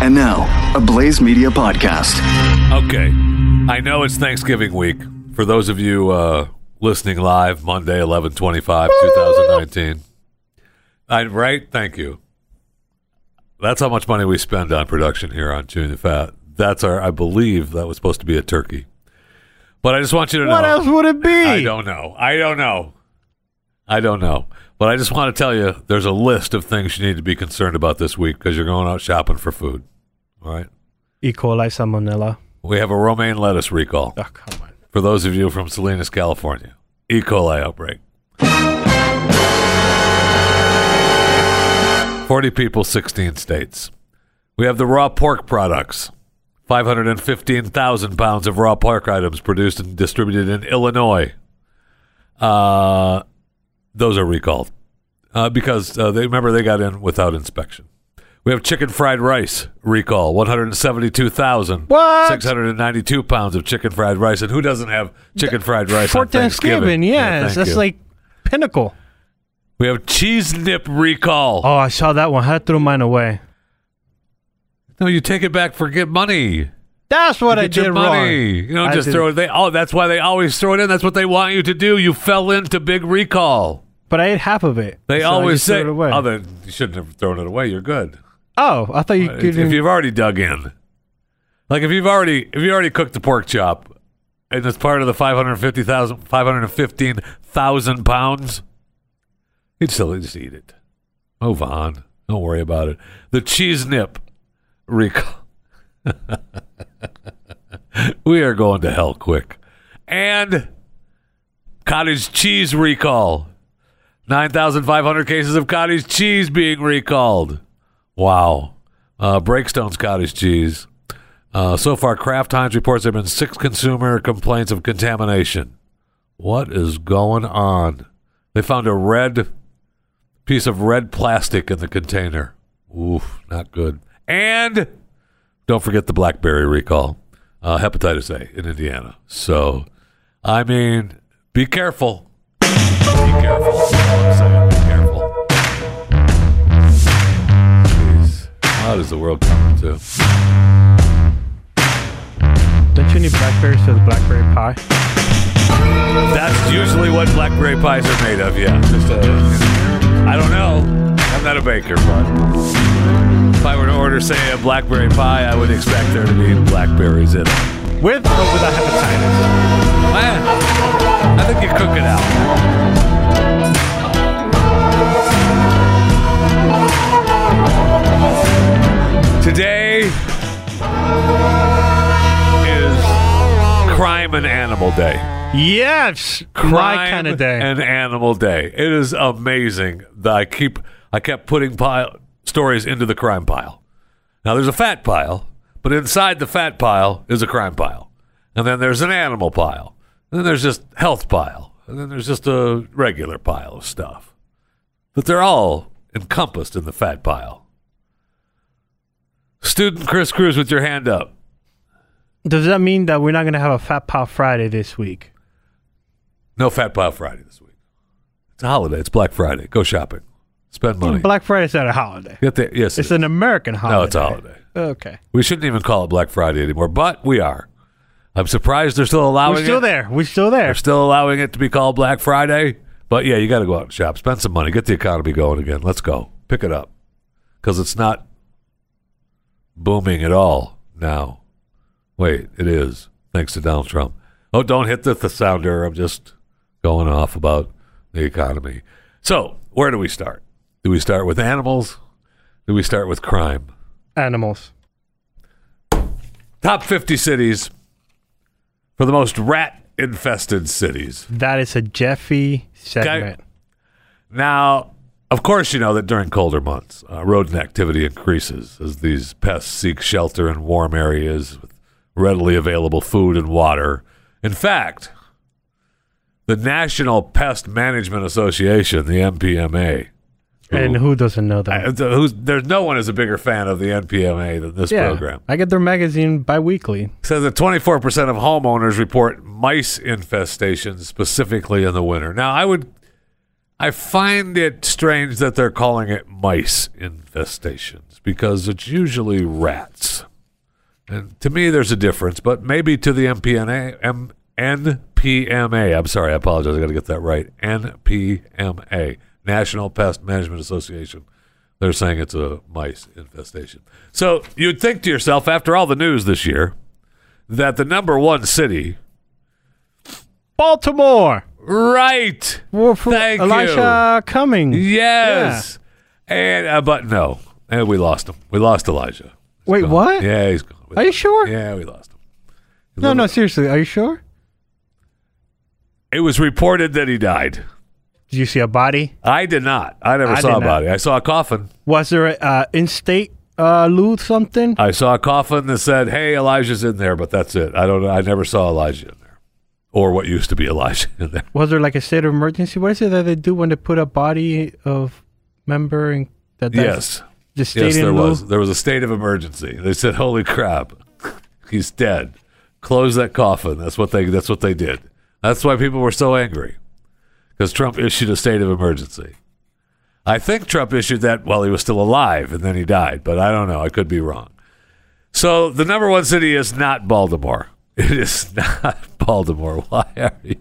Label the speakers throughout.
Speaker 1: And now, a Blaze Media podcast.
Speaker 2: Okay. I know it's Thanksgiving week. For those of you uh, listening live, Monday, 11 25, 2019. I, right? Thank you. That's how much money we spend on production here on June the Fat. That's our, I believe that was supposed to be a turkey. But I just want you to know.
Speaker 3: What else would it be?
Speaker 2: I don't know. I don't know. I don't know. But I just want to tell you there's a list of things you need to be concerned about this week because you're going out shopping for food. All right.
Speaker 3: E. coli salmonella.
Speaker 2: We have a romaine lettuce recall.
Speaker 3: Oh, come on.
Speaker 2: For those of you from Salinas, California, E. coli outbreak. 40 people, 16 states. We have the raw pork products. 515,000 pounds of raw pork items produced and distributed in Illinois. Uh, those are recalled uh, because uh, they remember they got in without inspection. We have chicken fried rice recall 172,692 pounds of chicken fried rice. And who doesn't have chicken fried rice
Speaker 3: For
Speaker 2: on Thanksgiving?
Speaker 3: Thanksgiving,
Speaker 2: Yeah,
Speaker 3: yes.
Speaker 2: thank
Speaker 3: that's
Speaker 2: you.
Speaker 3: like pinnacle.
Speaker 2: we have cheese nip recall.
Speaker 3: Oh, I saw that one. Had to throw mine away.
Speaker 2: No, you take it back for get money.
Speaker 3: That's what I
Speaker 2: Get
Speaker 3: did
Speaker 2: your
Speaker 3: wrong.
Speaker 2: money. You don't
Speaker 3: I
Speaker 2: just
Speaker 3: did-
Speaker 2: throw it. They oh, that's why they always throw it in. That's what they want you to do. You fell into big recall.
Speaker 3: But I ate half of it.
Speaker 2: They
Speaker 3: so I
Speaker 2: always
Speaker 3: just threw
Speaker 2: say,
Speaker 3: it away.
Speaker 2: "Oh, then you shouldn't have thrown it away. You're good."
Speaker 3: oh, I thought you
Speaker 2: Uh, if,
Speaker 3: didn't.
Speaker 2: if you've already dug in, like if you've already if you already cooked the pork chop, and it's part of the 550,000 515,000 pounds, you'd still just eat it. Move on. Don't worry about it. The cheese nip recall. we are going to hell quick, and cottage cheese recall. 9,500 cases of cottage cheese being recalled. Wow. Uh, Breakstone's cottage cheese. Uh, so far, Kraft Heinz reports there have been six consumer complaints of contamination. What is going on? They found a red piece of red plastic in the container. Oof, not good. And don't forget the blackberry recall, uh, hepatitis A in Indiana. So, I mean, be careful. Be careful. That's all I'm saying. Be careful. Jeez. How does the world come to?
Speaker 3: Don't you need blackberries for the blackberry pie?
Speaker 2: That's usually what blackberry pies are made of, yeah. Just uh, I don't know. I'm not a baker, but if I were to order, say, a blackberry pie, I would expect there to be blackberries in it.
Speaker 3: With or without hepatitis?
Speaker 2: I, I think you cook it out. Today is Crime and Animal Day.
Speaker 3: Yes. my
Speaker 2: Crime
Speaker 3: kind of day.
Speaker 2: and Animal Day. It is amazing that I keep I kept putting pile, stories into the crime pile. Now there's a fat pile, but inside the fat pile is a crime pile, and then there's an animal pile, and then there's just health pile, and then there's just a regular pile of stuff. But they're all encompassed in the fat pile. Student Chris Cruz with your hand up.
Speaker 3: Does that mean that we're not going to have a Fat Pie Friday this week?
Speaker 2: No fat pile Friday this week. It's a holiday. It's Black Friday. Go shopping. Spend money.
Speaker 3: Black Friday's not a holiday.
Speaker 2: Get the, yes, it
Speaker 3: It's
Speaker 2: is.
Speaker 3: an American holiday.
Speaker 2: no, it's a holiday.
Speaker 3: Okay.
Speaker 2: We shouldn't even call it Black Friday anymore, but we are. I'm surprised they're still allowing
Speaker 3: We're still
Speaker 2: it.
Speaker 3: there. We're still there.
Speaker 2: They're still allowing it to be called Black Friday. But yeah, you got to go out and shop, spend some money, get the economy going again. Let's go pick it up because it's not booming at all now. Wait, it is thanks to Donald Trump. Oh, don't hit the, the sounder. I'm just going off about the economy. So, where do we start? Do we start with animals? Do we start with crime?
Speaker 3: Animals.
Speaker 2: Top 50 cities for the most rat infested cities.
Speaker 3: That is a Jeffy segment.
Speaker 2: Now, of course, you know that during colder months, uh, rodent activity increases as these pests seek shelter in warm areas with readily available food and water. In fact, the National Pest Management Association, the NPMA,
Speaker 3: And who doesn't know that?
Speaker 2: uh, who's, there's no one is a bigger fan of the NPMA than this
Speaker 3: yeah.
Speaker 2: program.
Speaker 3: I get their magazine bi-weekly.
Speaker 2: says that 24% of homeowners report mice infestations specifically in the winter. Now, I would I find it strange that they're calling it mice infestations because it's usually rats. And to me, there's a difference, but maybe to the MPNA, M, NPMA, I'm sorry, I apologize. I got to get that right. NPMA, National Pest Management Association. They're saying it's a mice infestation. So you'd think to yourself, after all the news this year, that the number one city,
Speaker 3: Baltimore.
Speaker 2: right?
Speaker 3: Well, for
Speaker 2: Thank you.
Speaker 3: Elisha Cummings.
Speaker 2: Yes. And uh, but no, and we lost him. We lost Elijah. He's
Speaker 3: Wait,
Speaker 2: gone.
Speaker 3: what?
Speaker 2: Yeah, he's gone. We
Speaker 3: Are you
Speaker 2: lost him.
Speaker 3: sure?
Speaker 2: Yeah, we lost him.
Speaker 3: No, no, seriously. Are you sure?
Speaker 2: It was reported that he died.
Speaker 3: Did you see a body?
Speaker 2: I did not. I never
Speaker 3: I
Speaker 2: saw a
Speaker 3: did not.
Speaker 2: body. I saw a coffin.
Speaker 3: Was there a uh, in-state uh, loot something?
Speaker 2: I saw a coffin that said, "Hey, Elijah's in there," but that's it. I don't. I never saw Elijah in there, or what used to be Elijah in there.
Speaker 3: Was there like a state of emergency? What is it that they do when they put a body of member in that? dies?
Speaker 2: yes.
Speaker 3: the state
Speaker 2: yes,
Speaker 3: in
Speaker 2: there
Speaker 3: lieu?
Speaker 2: was. There was a state of emergency. They said, "Holy crap, he's dead! Close that coffin." That's what they. That's what they did. That's why people were so angry, because Trump issued a state of emergency. I think Trump issued that while he was still alive, and then he died. But I don't know. I could be wrong. So the number one city is not Baltimore. It is not Baltimore. Why are you?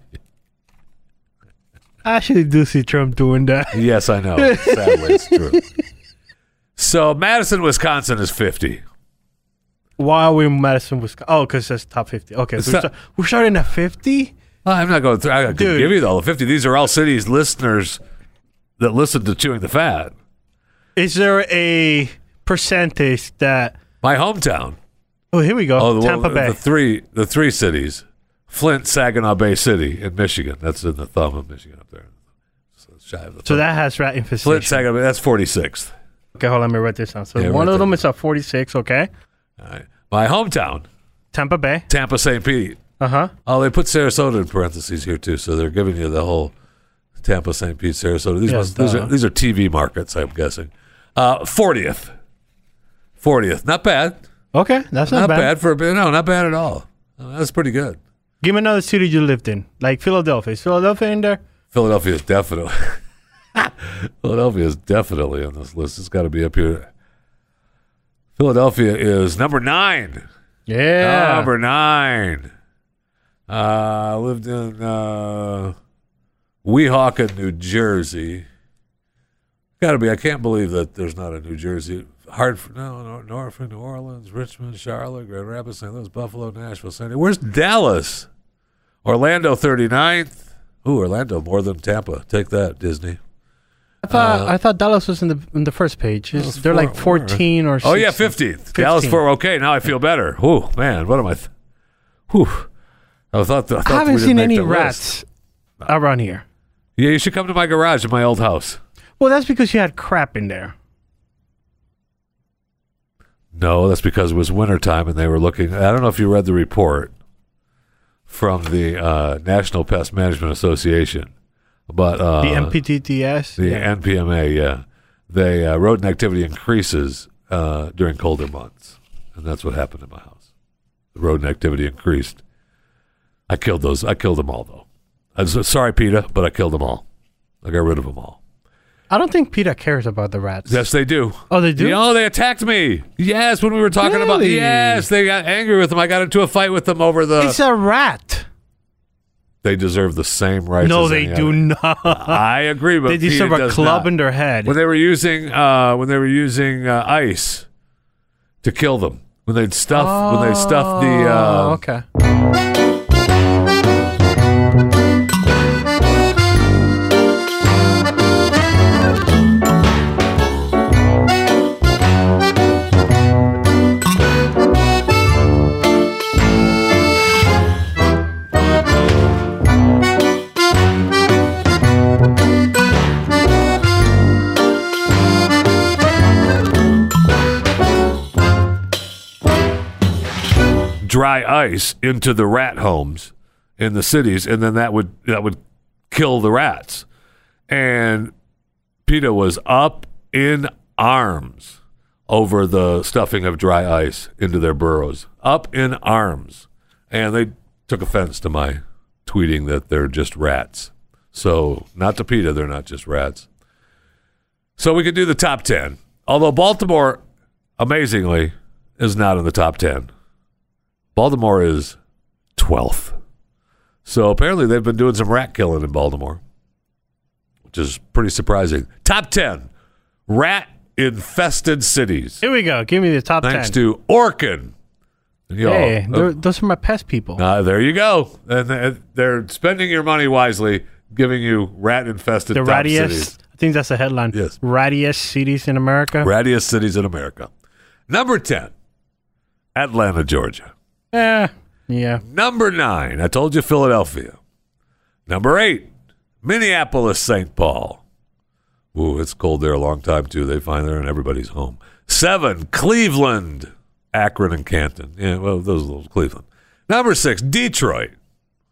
Speaker 3: I actually do see Trump doing that.
Speaker 2: Yes, I know. Sadly, it's true. So Madison, Wisconsin is fifty.
Speaker 3: Why are we in Madison, Wisconsin? Oh, because that's top 50. Okay,
Speaker 2: It's
Speaker 3: so we're,
Speaker 2: not-
Speaker 3: start- we're starting at 50?
Speaker 2: Well, I'm not going through. I could
Speaker 3: Dude.
Speaker 2: give you the all the 50. These are all cities listeners that listen to Chewing the Fat.
Speaker 3: Is there a percentage that.
Speaker 2: My hometown.
Speaker 3: Oh, here we go.
Speaker 2: Oh, the, well,
Speaker 3: Tampa Bay.
Speaker 2: the three the three cities. Flint, Saginaw Bay City in Michigan. That's in the thumb of Michigan up there. So, it's shy of the
Speaker 3: so
Speaker 2: thumb.
Speaker 3: that has rat infestation.
Speaker 2: Flint, Saginaw Bay, that's 46th.
Speaker 3: okay, hold on, let me write this down. So
Speaker 2: Yeah,
Speaker 3: one
Speaker 2: write
Speaker 3: of
Speaker 2: that
Speaker 3: them is at 46, okay?
Speaker 2: All right. My hometown,
Speaker 3: Tampa Bay.
Speaker 2: Tampa St. Pete.
Speaker 3: Uh huh.
Speaker 2: Oh, they put Sarasota in parentheses here too, so they're giving you the whole Tampa St. Pete Sarasota. These,
Speaker 3: Yeah,
Speaker 2: must, these,
Speaker 3: duh.
Speaker 2: are, these are TV markets, I'm guessing. Uh, Fortieth, fortieth, not bad.
Speaker 3: Okay, that's not,
Speaker 2: not
Speaker 3: bad.
Speaker 2: bad. for a bit. No, not bad at all. Uh, That's pretty good.
Speaker 3: Give me another city you lived in, like Philadelphia. Is Philadelphia in there?
Speaker 2: Philadelphia is definitely Philadelphia is definitely on this list. It's got to be up here. Philadelphia is number nine.
Speaker 3: Yeah.
Speaker 2: Number nine. Uh, lived in uh, Weehawken, New Jersey. Got to be. I can't believe that there's not a New Jersey. Hartford, no, Nor- Norfolk, New Orleans, Richmond, Charlotte, Grand Rapids, St. Louis, Buffalo, Nashville, San Diego. Where's Dallas? Orlando 39th. Ooh, Orlando more than Tampa. Take that, Disney.
Speaker 3: I thought, I thought Dallas was in the in the first page. It's-
Speaker 2: it's
Speaker 3: they're like
Speaker 2: four- four.
Speaker 3: 14 or 16.
Speaker 2: Oh yeah, fifteenth. Dallas
Speaker 3: 15th.
Speaker 2: four. Okay, now I feel better. Whew, man, what am I? Th- whew. I thought. I, thought
Speaker 3: I
Speaker 2: we
Speaker 3: haven't
Speaker 2: didn't
Speaker 3: seen
Speaker 2: make
Speaker 3: any
Speaker 2: the list.
Speaker 3: rats around here.
Speaker 2: Yeah, you should come to my garage in my old house.
Speaker 3: Well, that's because you had crap in there.
Speaker 2: No, that's because it was wintertime and they were looking. I don't know if you read the report from the uh, National Pest Management Association, but uh,
Speaker 3: The MPTTS.
Speaker 2: the
Speaker 3: yeah.
Speaker 2: NPMA, yeah, they uh, rodent activity increases uh, during colder months, and that's what happened in my house. The rodent activity increased. I killed those. I killed them all though. I'm so- sorry, Peta, but I killed them all. I got rid of them all.
Speaker 3: I don't think PETA cares about the rats.
Speaker 2: Yes, they do.
Speaker 3: Oh, they do?
Speaker 2: You know, they attacked me. Yes, when we were talking about
Speaker 3: Really?
Speaker 2: yes, they got angry with them. I got into a fight with them over the.
Speaker 3: it's a rat.
Speaker 2: they deserve the same rights.
Speaker 3: No,
Speaker 2: as
Speaker 3: they
Speaker 2: any
Speaker 3: do
Speaker 2: other.
Speaker 3: not.
Speaker 2: I agree, but
Speaker 3: They deserve
Speaker 2: PETA
Speaker 3: a
Speaker 2: does
Speaker 3: club
Speaker 2: not.
Speaker 3: in their head.
Speaker 2: when they were using uh, when they were using uh, ice to kill them when they'd stuff when they stuffed the uh,
Speaker 3: oh, okay.
Speaker 2: dry ice into the rat homes in the cities, and then that would that would kill the rats. And PETA was up in arms over the stuffing of dry ice into their burrows. Up in arms, and they took offense to my tweeting that they're just rats. So, not the PETA, they're not just rats. So, we could do the top 10. Although Baltimore, amazingly, is not in the top 10. Baltimore is 12th. So, apparently, they've been doing some rat killing in Baltimore, which is pretty surprising. Top 10 rat infested cities.
Speaker 3: Here we go. Give me the top
Speaker 2: Thanks
Speaker 3: 10.
Speaker 2: to Orkin. Yo,
Speaker 3: hey,
Speaker 2: uh,
Speaker 3: they're- those are my pest people.
Speaker 2: uh, there you go. And th- they're spending your money wisely, giving you rat infested
Speaker 3: the rattiest. I think that's the headline.
Speaker 2: Yes.
Speaker 3: Rattiest cities in America.
Speaker 2: Rattiest cities in America. Number 10, Atlanta, Georgia.
Speaker 3: Eh, yeah.
Speaker 2: Number 9, I told you Philadelphia. Number 8, Minneapolis, St. Paul. Ooh, it's cold there a long time, too. They find there and everybody's home. 7, Cleveland, Akron, and Canton. Yeah, well, those are little Cleveland. Number 6, Detroit.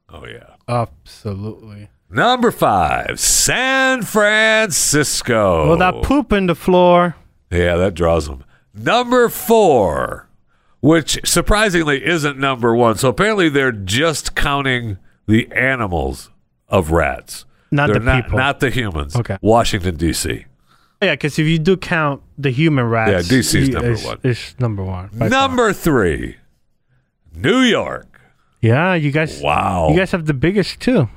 Speaker 2: Oh, yeah.
Speaker 3: Absolutely.
Speaker 2: Number five, San Francisco.
Speaker 3: Well, that poop in the floor.
Speaker 2: yeah, that draws them. Number four, which surprisingly isn't number one. So apparently they're just counting the animals of rats,
Speaker 3: Not
Speaker 2: They're
Speaker 3: the
Speaker 2: not,
Speaker 3: people.
Speaker 2: not the humans.
Speaker 3: Okay.
Speaker 2: Washington D.C.
Speaker 3: Yeah, because if you do count the human rats,
Speaker 2: Yeah, DC 's
Speaker 3: you-
Speaker 2: number
Speaker 3: it's,
Speaker 2: one.
Speaker 3: It's number one. by far.
Speaker 2: Number three, New York.
Speaker 3: Yeah, you guys.
Speaker 2: Wow.
Speaker 3: You guys have the biggest too.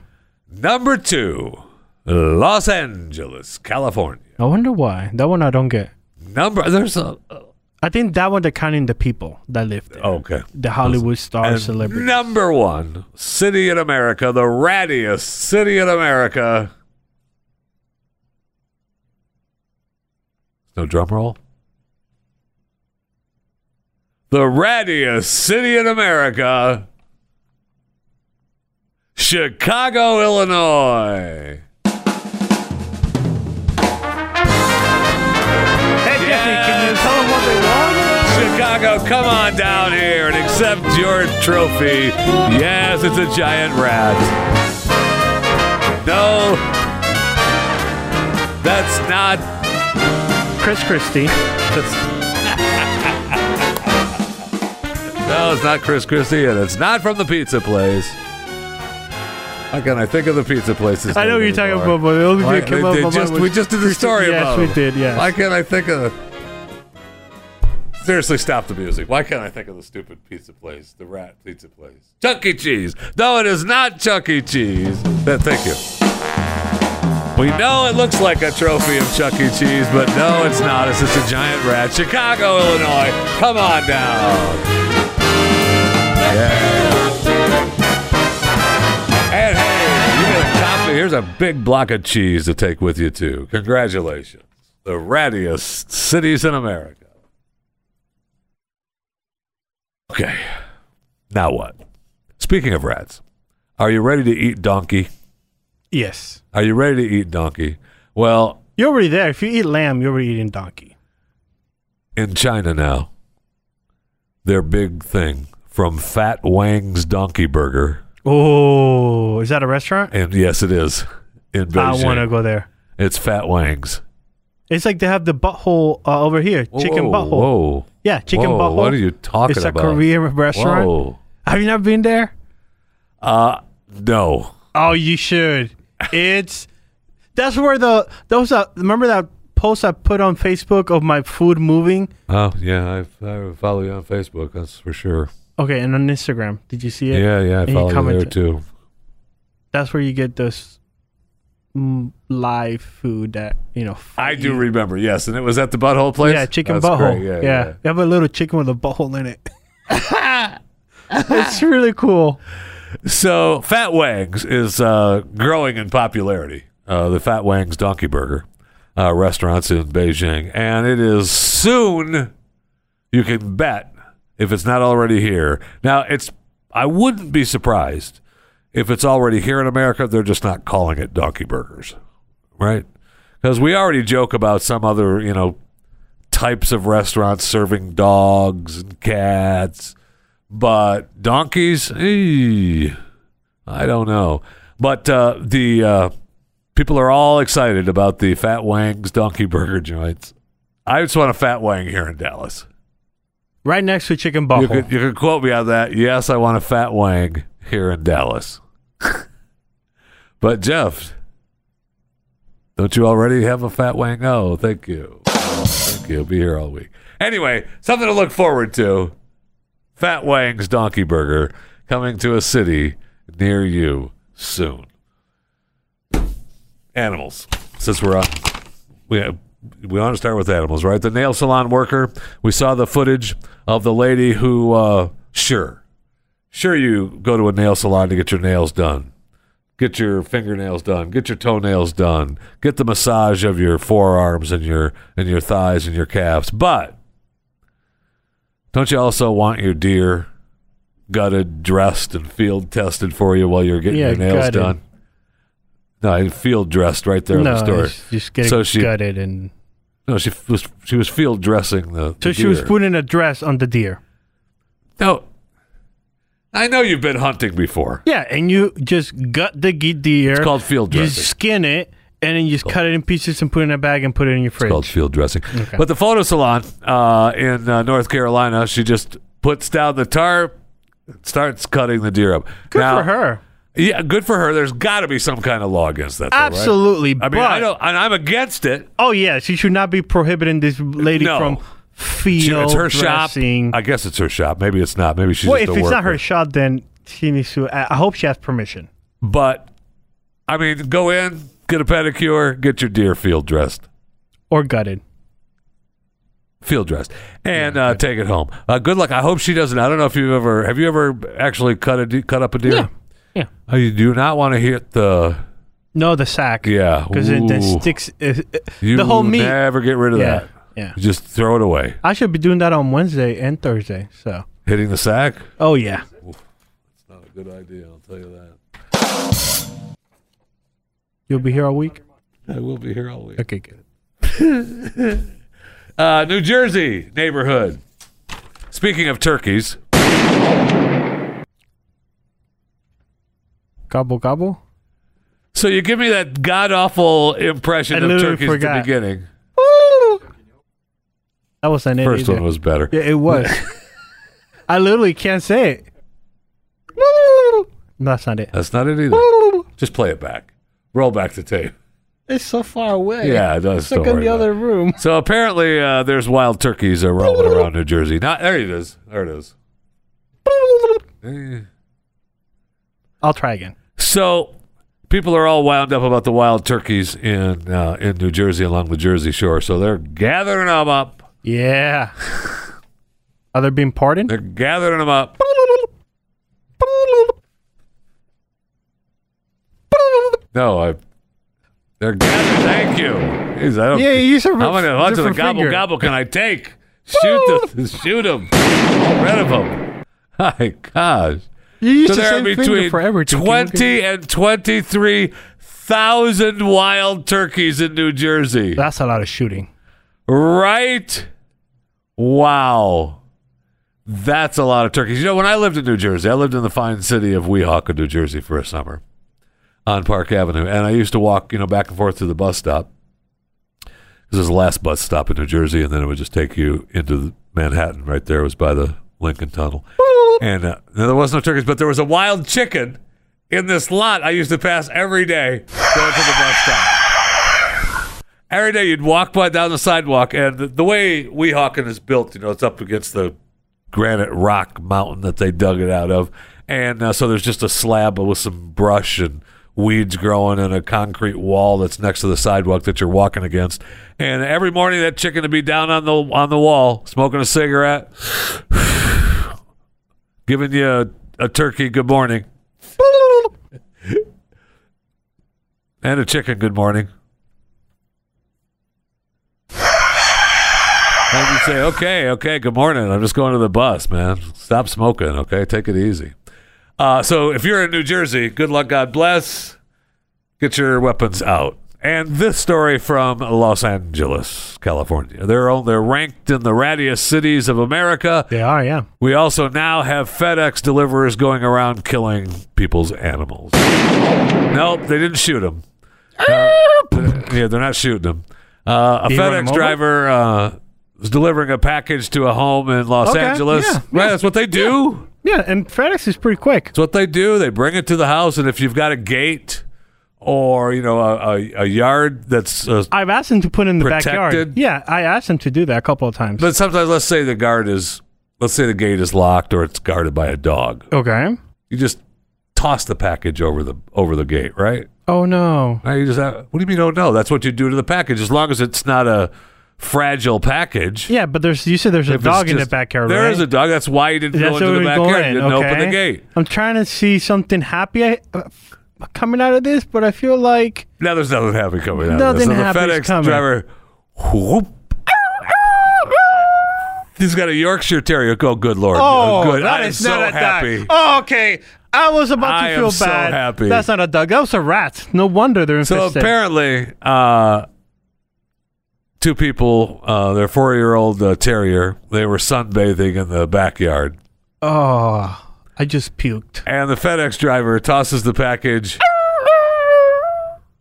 Speaker 2: Number two, Los Angeles, California.
Speaker 3: I wonder why. That one I don't get.
Speaker 2: Number there's a
Speaker 3: I think that one they're counting the people that live there.
Speaker 2: okay.
Speaker 3: The Hollywood star
Speaker 2: And
Speaker 3: celebrities.
Speaker 2: Number one city in America, the rattiest city in America. No drum roll. The rattiest city in America, Chicago, Illinois.
Speaker 3: Hey, Jeffy, can you
Speaker 2: Yes.
Speaker 3: tell them what they want?
Speaker 2: Chicago, come on down here and accept your trophy. Yes, it's a giant rat. No, that's not.
Speaker 3: Chris Christie.
Speaker 2: That's, no, it's not Chris Christie, and it's not from the pizza place. How can I think of the pizza places?
Speaker 3: I know what you're talking about, but the only thing
Speaker 2: Why-
Speaker 3: that came
Speaker 2: they-
Speaker 3: up
Speaker 2: they
Speaker 3: in my
Speaker 2: just-
Speaker 3: mind
Speaker 2: we
Speaker 3: was
Speaker 2: just did the
Speaker 3: Christie-
Speaker 2: story
Speaker 3: yes,
Speaker 2: about
Speaker 3: we
Speaker 2: them.
Speaker 3: did, yes.
Speaker 2: Why can't I think of Seriously, stop the music. Why can't I think of the stupid pizza place, the rat pizza place? Chuck E. Cheese. No, it is not Chuck E. Cheese. Then thank you. We know it looks like a trophy of Chuck E. Cheese, but no, it's not. It's just a giant rat. Chicago, Illinois. Come on down. Yeah. And hey, you get a copy. Here's a big block of cheese to take with you too. Congratulations, the rattiest cities in America. Okay, now what? Speaking of rats, are you ready to eat donkey?
Speaker 3: Yes.
Speaker 2: Are you ready to eat donkey? Well,
Speaker 3: You're already there. If you eat lamb, you're already eating donkey.
Speaker 2: in China now, their big thing from Fat Wang's Donkey Burger,
Speaker 3: Oh, is that a restaurant?
Speaker 2: and yes, it is in Beijing.
Speaker 3: I want to go there.
Speaker 2: It's Fat Wang's
Speaker 3: It's like they have the butthole uh, over here, chicken
Speaker 2: Whoa,
Speaker 3: butthole.
Speaker 2: Whoa,
Speaker 3: Yeah, chicken
Speaker 2: Whoa,
Speaker 3: butthole.
Speaker 2: What are you talking
Speaker 3: It's a
Speaker 2: about?
Speaker 3: Korean restaurant.
Speaker 2: Whoa.
Speaker 3: Have you not been there?
Speaker 2: Uh, no.
Speaker 3: Oh, you should. It's that's where the those uh, remember that post I put on Facebook of my food moving.
Speaker 2: Oh yeah, I, I follow you on Facebook. That's for sure.
Speaker 3: Okay, and on Instagram, did you see it?
Speaker 2: Yeah, yeah, I
Speaker 3: And you
Speaker 2: follow you there
Speaker 3: commented.
Speaker 2: too.
Speaker 3: That's where you get those mm, live food that you know.
Speaker 2: I do
Speaker 3: eat.
Speaker 2: remember. Yes, and it was at the Butthole Place.
Speaker 3: Yeah, chicken
Speaker 2: That's
Speaker 3: butthole.
Speaker 2: great,
Speaker 3: Yeah, they have a little chicken with a butthole in it. it's really cool.
Speaker 2: So Fat Wangs is uh, growing in popularity. Uh, the Fat Wangs Donkey Burger uh, restaurants in Beijing, and it is soon. You can bet if it's not already here. Now it's. I wouldn't be surprised if it's already here in America. They're just not calling it Donkey Burgers, right? Because we already joke about some other, you know, types of restaurants serving dogs and cats but donkeys, eh, I don't know. But uh, the uh, people are all excited about the Fat Wang's donkey burger joints. I just want a Fat Wang here in Dallas.
Speaker 3: Right next to chicken
Speaker 2: You
Speaker 3: butthole.
Speaker 2: could you could quote me on that. Yes, I want a Fat Wang here in Dallas. but Jeff, Don't you already have a fat wang? Oh, thank you. Thank you. Be here all week. Anyway, something to look forward to. Fat Wang's Donkey Burger coming to a city near you soon. Animals. Since we're on, we we want to start with animals, right? The nail salon worker. We saw the footage of the lady who, uh, sure, sure, you go to a nail salon to get your nails done get your fingernails done, get your toenails done, get the massage of your forearms and your and your thighs and your calves. But don't you also want your deer gutted, dressed, and field tested for you while you're getting
Speaker 3: Yeah,
Speaker 2: your nails
Speaker 3: gutted.
Speaker 2: done? No, I field dressed right there in
Speaker 3: no,
Speaker 2: the store.
Speaker 3: it's just getting
Speaker 2: So she-
Speaker 3: gutted and
Speaker 2: No, she f- was she was field dressing the.
Speaker 3: so
Speaker 2: the
Speaker 3: she was
Speaker 2: deer.
Speaker 3: putting a dress on the deer.
Speaker 2: No, I know you've been hunting before.
Speaker 3: Yeah, and you just gut the ge- deer.
Speaker 2: It's called field
Speaker 3: You
Speaker 2: dressing.
Speaker 3: skin it and then you just cut it in pieces and put it in a bag and put it in your fridge.
Speaker 2: called field dressing. But the photo salon uh, in uh, North Carolina, she just puts down the tarp, starts cutting the deer up.
Speaker 3: Good for her.
Speaker 2: Yeah, good for her. There's got to be some kind of law against that. though, right?
Speaker 3: Absolutely.
Speaker 2: I mean,
Speaker 3: but,
Speaker 2: I don't, and I'm against it.
Speaker 3: Oh yeah, she should not be prohibiting this lady
Speaker 2: No.
Speaker 3: from field
Speaker 2: She- it's her
Speaker 3: dressing.
Speaker 2: shop. I guess it's her shop. Maybe it's not. Maybe she's
Speaker 3: well,
Speaker 2: just
Speaker 3: if
Speaker 2: a
Speaker 3: it's not her
Speaker 2: worker.
Speaker 3: shop, then she needs to. I I hope she has permission.
Speaker 2: But I mean, go in, get a pedicure, get your deer field dressed.
Speaker 3: Or gutted.
Speaker 2: field dressed and uh, take it home. Uh, good luck. I hope she doesn't. I don't know if you've ever have you ever actually cut a de- cut up a deer.
Speaker 3: Yeah. Yeah.
Speaker 2: Uh, you do not want to hit the
Speaker 3: No, the sack.
Speaker 2: yeah
Speaker 3: Because it then
Speaker 2: Ooh.
Speaker 3: sticks. It, it-
Speaker 2: You
Speaker 3: the whole meat.
Speaker 2: never get rid of
Speaker 3: yeah.
Speaker 2: that.
Speaker 3: Yeah.
Speaker 2: You just throw it away.
Speaker 3: I should be doing that on Wednesday and Thursday. So.
Speaker 2: Hitting the sack.
Speaker 3: Oh yeah.
Speaker 2: Not a good idea. I'll tell you that.
Speaker 3: You'll be here all week.
Speaker 2: I will be here all week.
Speaker 3: Okay. Good.
Speaker 2: Uh, New Jersey neighborhood. Speaking of turkeys,
Speaker 3: Gobble gobble.
Speaker 2: so you give me that god awful
Speaker 3: I
Speaker 2: impression of
Speaker 3: literally
Speaker 2: turkeys at
Speaker 3: forgot.
Speaker 2: the beginning.
Speaker 3: That was an
Speaker 2: First
Speaker 3: idiot.
Speaker 2: one was better.
Speaker 3: Yeah, it was. I literally can't say it. No, that's not it.
Speaker 2: That's not it either. Just play it back. Roll back the tape.
Speaker 3: It's so far away.
Speaker 2: Yeah, it does.
Speaker 3: It's like
Speaker 2: Don't
Speaker 3: in
Speaker 2: worry
Speaker 3: the
Speaker 2: about
Speaker 3: other
Speaker 2: it.
Speaker 3: room.
Speaker 2: So apparently, uh, there's wild turkeys are roaming around New Jersey. Not there. It is. There it is. Eh.
Speaker 3: I'll try again.
Speaker 2: So people are all wound up about the wild turkeys in uh, in New Jersey along the Jersey Shore. So they're gathering them up.
Speaker 3: Yeah. Are they being pardoned?
Speaker 2: They're gathering them up. No, I. They're gathering. Thank you. Jeez, I don't,
Speaker 3: Yeah, you use a
Speaker 2: How many lots of the
Speaker 3: different
Speaker 2: gobble
Speaker 3: finger.
Speaker 2: gobble can I take? Shoot the shoot them. Rid of them. My gosh.
Speaker 3: You use
Speaker 2: So
Speaker 3: the
Speaker 2: there are
Speaker 3: same
Speaker 2: between
Speaker 3: finger for everything. Can you look at-
Speaker 2: 20 and 23,000 wild turkeys in New Jersey.
Speaker 3: That's a lot of shooting.
Speaker 2: Right? Wow. That's a lot of turkeys. You know, when I lived in New Jersey, I lived in the fine city of Weehawken, New Jersey for a summer on Park Avenue. And I used to walk, you know, back and forth to the bus stop because it was the last bus stop in New Jersey. And then it would just take you into the- Manhattan right there. It was by the Lincoln Tunnel. And uh, no, there was no turkeys, but there was a wild chicken in this lot I used to pass every day going to the bus stop every day you'd walk by down the sidewalk, and the, the way Weehawken is built, you know, it's up against the granite rock mountain that they dug it out of, and uh, so there's just a slab with some brush and weeds growing and a concrete wall that's next to the sidewalk that you're walking against. And every morning that chicken would be down on the on the wall, smoking a cigarette, giving you a, a turkey good morning. And a chicken good morning. And you say, okay, okay, good morning. I'm just going to the bus, man. Stop smoking, okay? Take it easy. Uh, so if you're in New Jersey, good luck, God bless. Get your weapons out. And this story from Los Angeles, California. They're, all, they're ranked in the rattiest cities of America.
Speaker 3: They are, yeah.
Speaker 2: We also now have FedEx deliverers going around killing people's animals. Nope, they didn't shoot them. yeah, they're not shooting them. Uh, a
Speaker 3: You run 'em
Speaker 2: FedEx
Speaker 3: over?
Speaker 2: driver uh, was delivering a package to a home in Los
Speaker 3: Okay,
Speaker 2: Angeles.
Speaker 3: yeah,
Speaker 2: right, that's what they do.
Speaker 3: Yeah, and FedEx is pretty quick.
Speaker 2: It's what they do. They bring it to the house, and if you've got a gate or you know a, a, a yard that's uh,
Speaker 3: I've asked him to put it in the backyard.
Speaker 2: Protected?
Speaker 3: Yeah, I asked him to do that a couple of times.
Speaker 2: but sometimes let's say the guard is let's say the gate is locked or it's guarded by a dog
Speaker 3: okay.
Speaker 2: you just toss the package over the over the gate right
Speaker 3: Oh no.
Speaker 2: now you just have, what do you mean oh no that's what you do to the package as long as it's not a fragile package
Speaker 3: Yeah, but there's you said there's a
Speaker 2: If it's
Speaker 3: dog in the
Speaker 2: just-
Speaker 3: backyard.
Speaker 2: There
Speaker 3: right?
Speaker 2: is a dog. That's why you didn't go
Speaker 3: That's
Speaker 2: into
Speaker 3: where
Speaker 2: the
Speaker 3: we're going.
Speaker 2: backyard. You didn't
Speaker 3: okay.
Speaker 2: open the gate.
Speaker 3: I'm trying to see something happy uh, coming out of this, but I feel like
Speaker 2: Now there's nothing happy coming out.
Speaker 3: Nothing
Speaker 2: of this. So the
Speaker 3: happy is
Speaker 2: FedEx
Speaker 3: coming.
Speaker 2: driver, whoop. He's got a Yorkshire Terrier. Oh, good lord!
Speaker 3: oh,
Speaker 2: good.
Speaker 3: that
Speaker 2: I am
Speaker 3: is
Speaker 2: so
Speaker 3: not a
Speaker 2: happy.
Speaker 3: dog. Oh, okay. I was about to
Speaker 2: I am
Speaker 3: feel
Speaker 2: so
Speaker 3: bad.
Speaker 2: happy.
Speaker 3: That's not a dog. That was a rat. No wonder they're
Speaker 2: So
Speaker 3: infested.
Speaker 2: apparently, uh, two people, uh, their four-year-old uh, terrier, they were sunbathing in the backyard,
Speaker 3: oh, I just puked.
Speaker 2: and the FedEx driver tosses the package.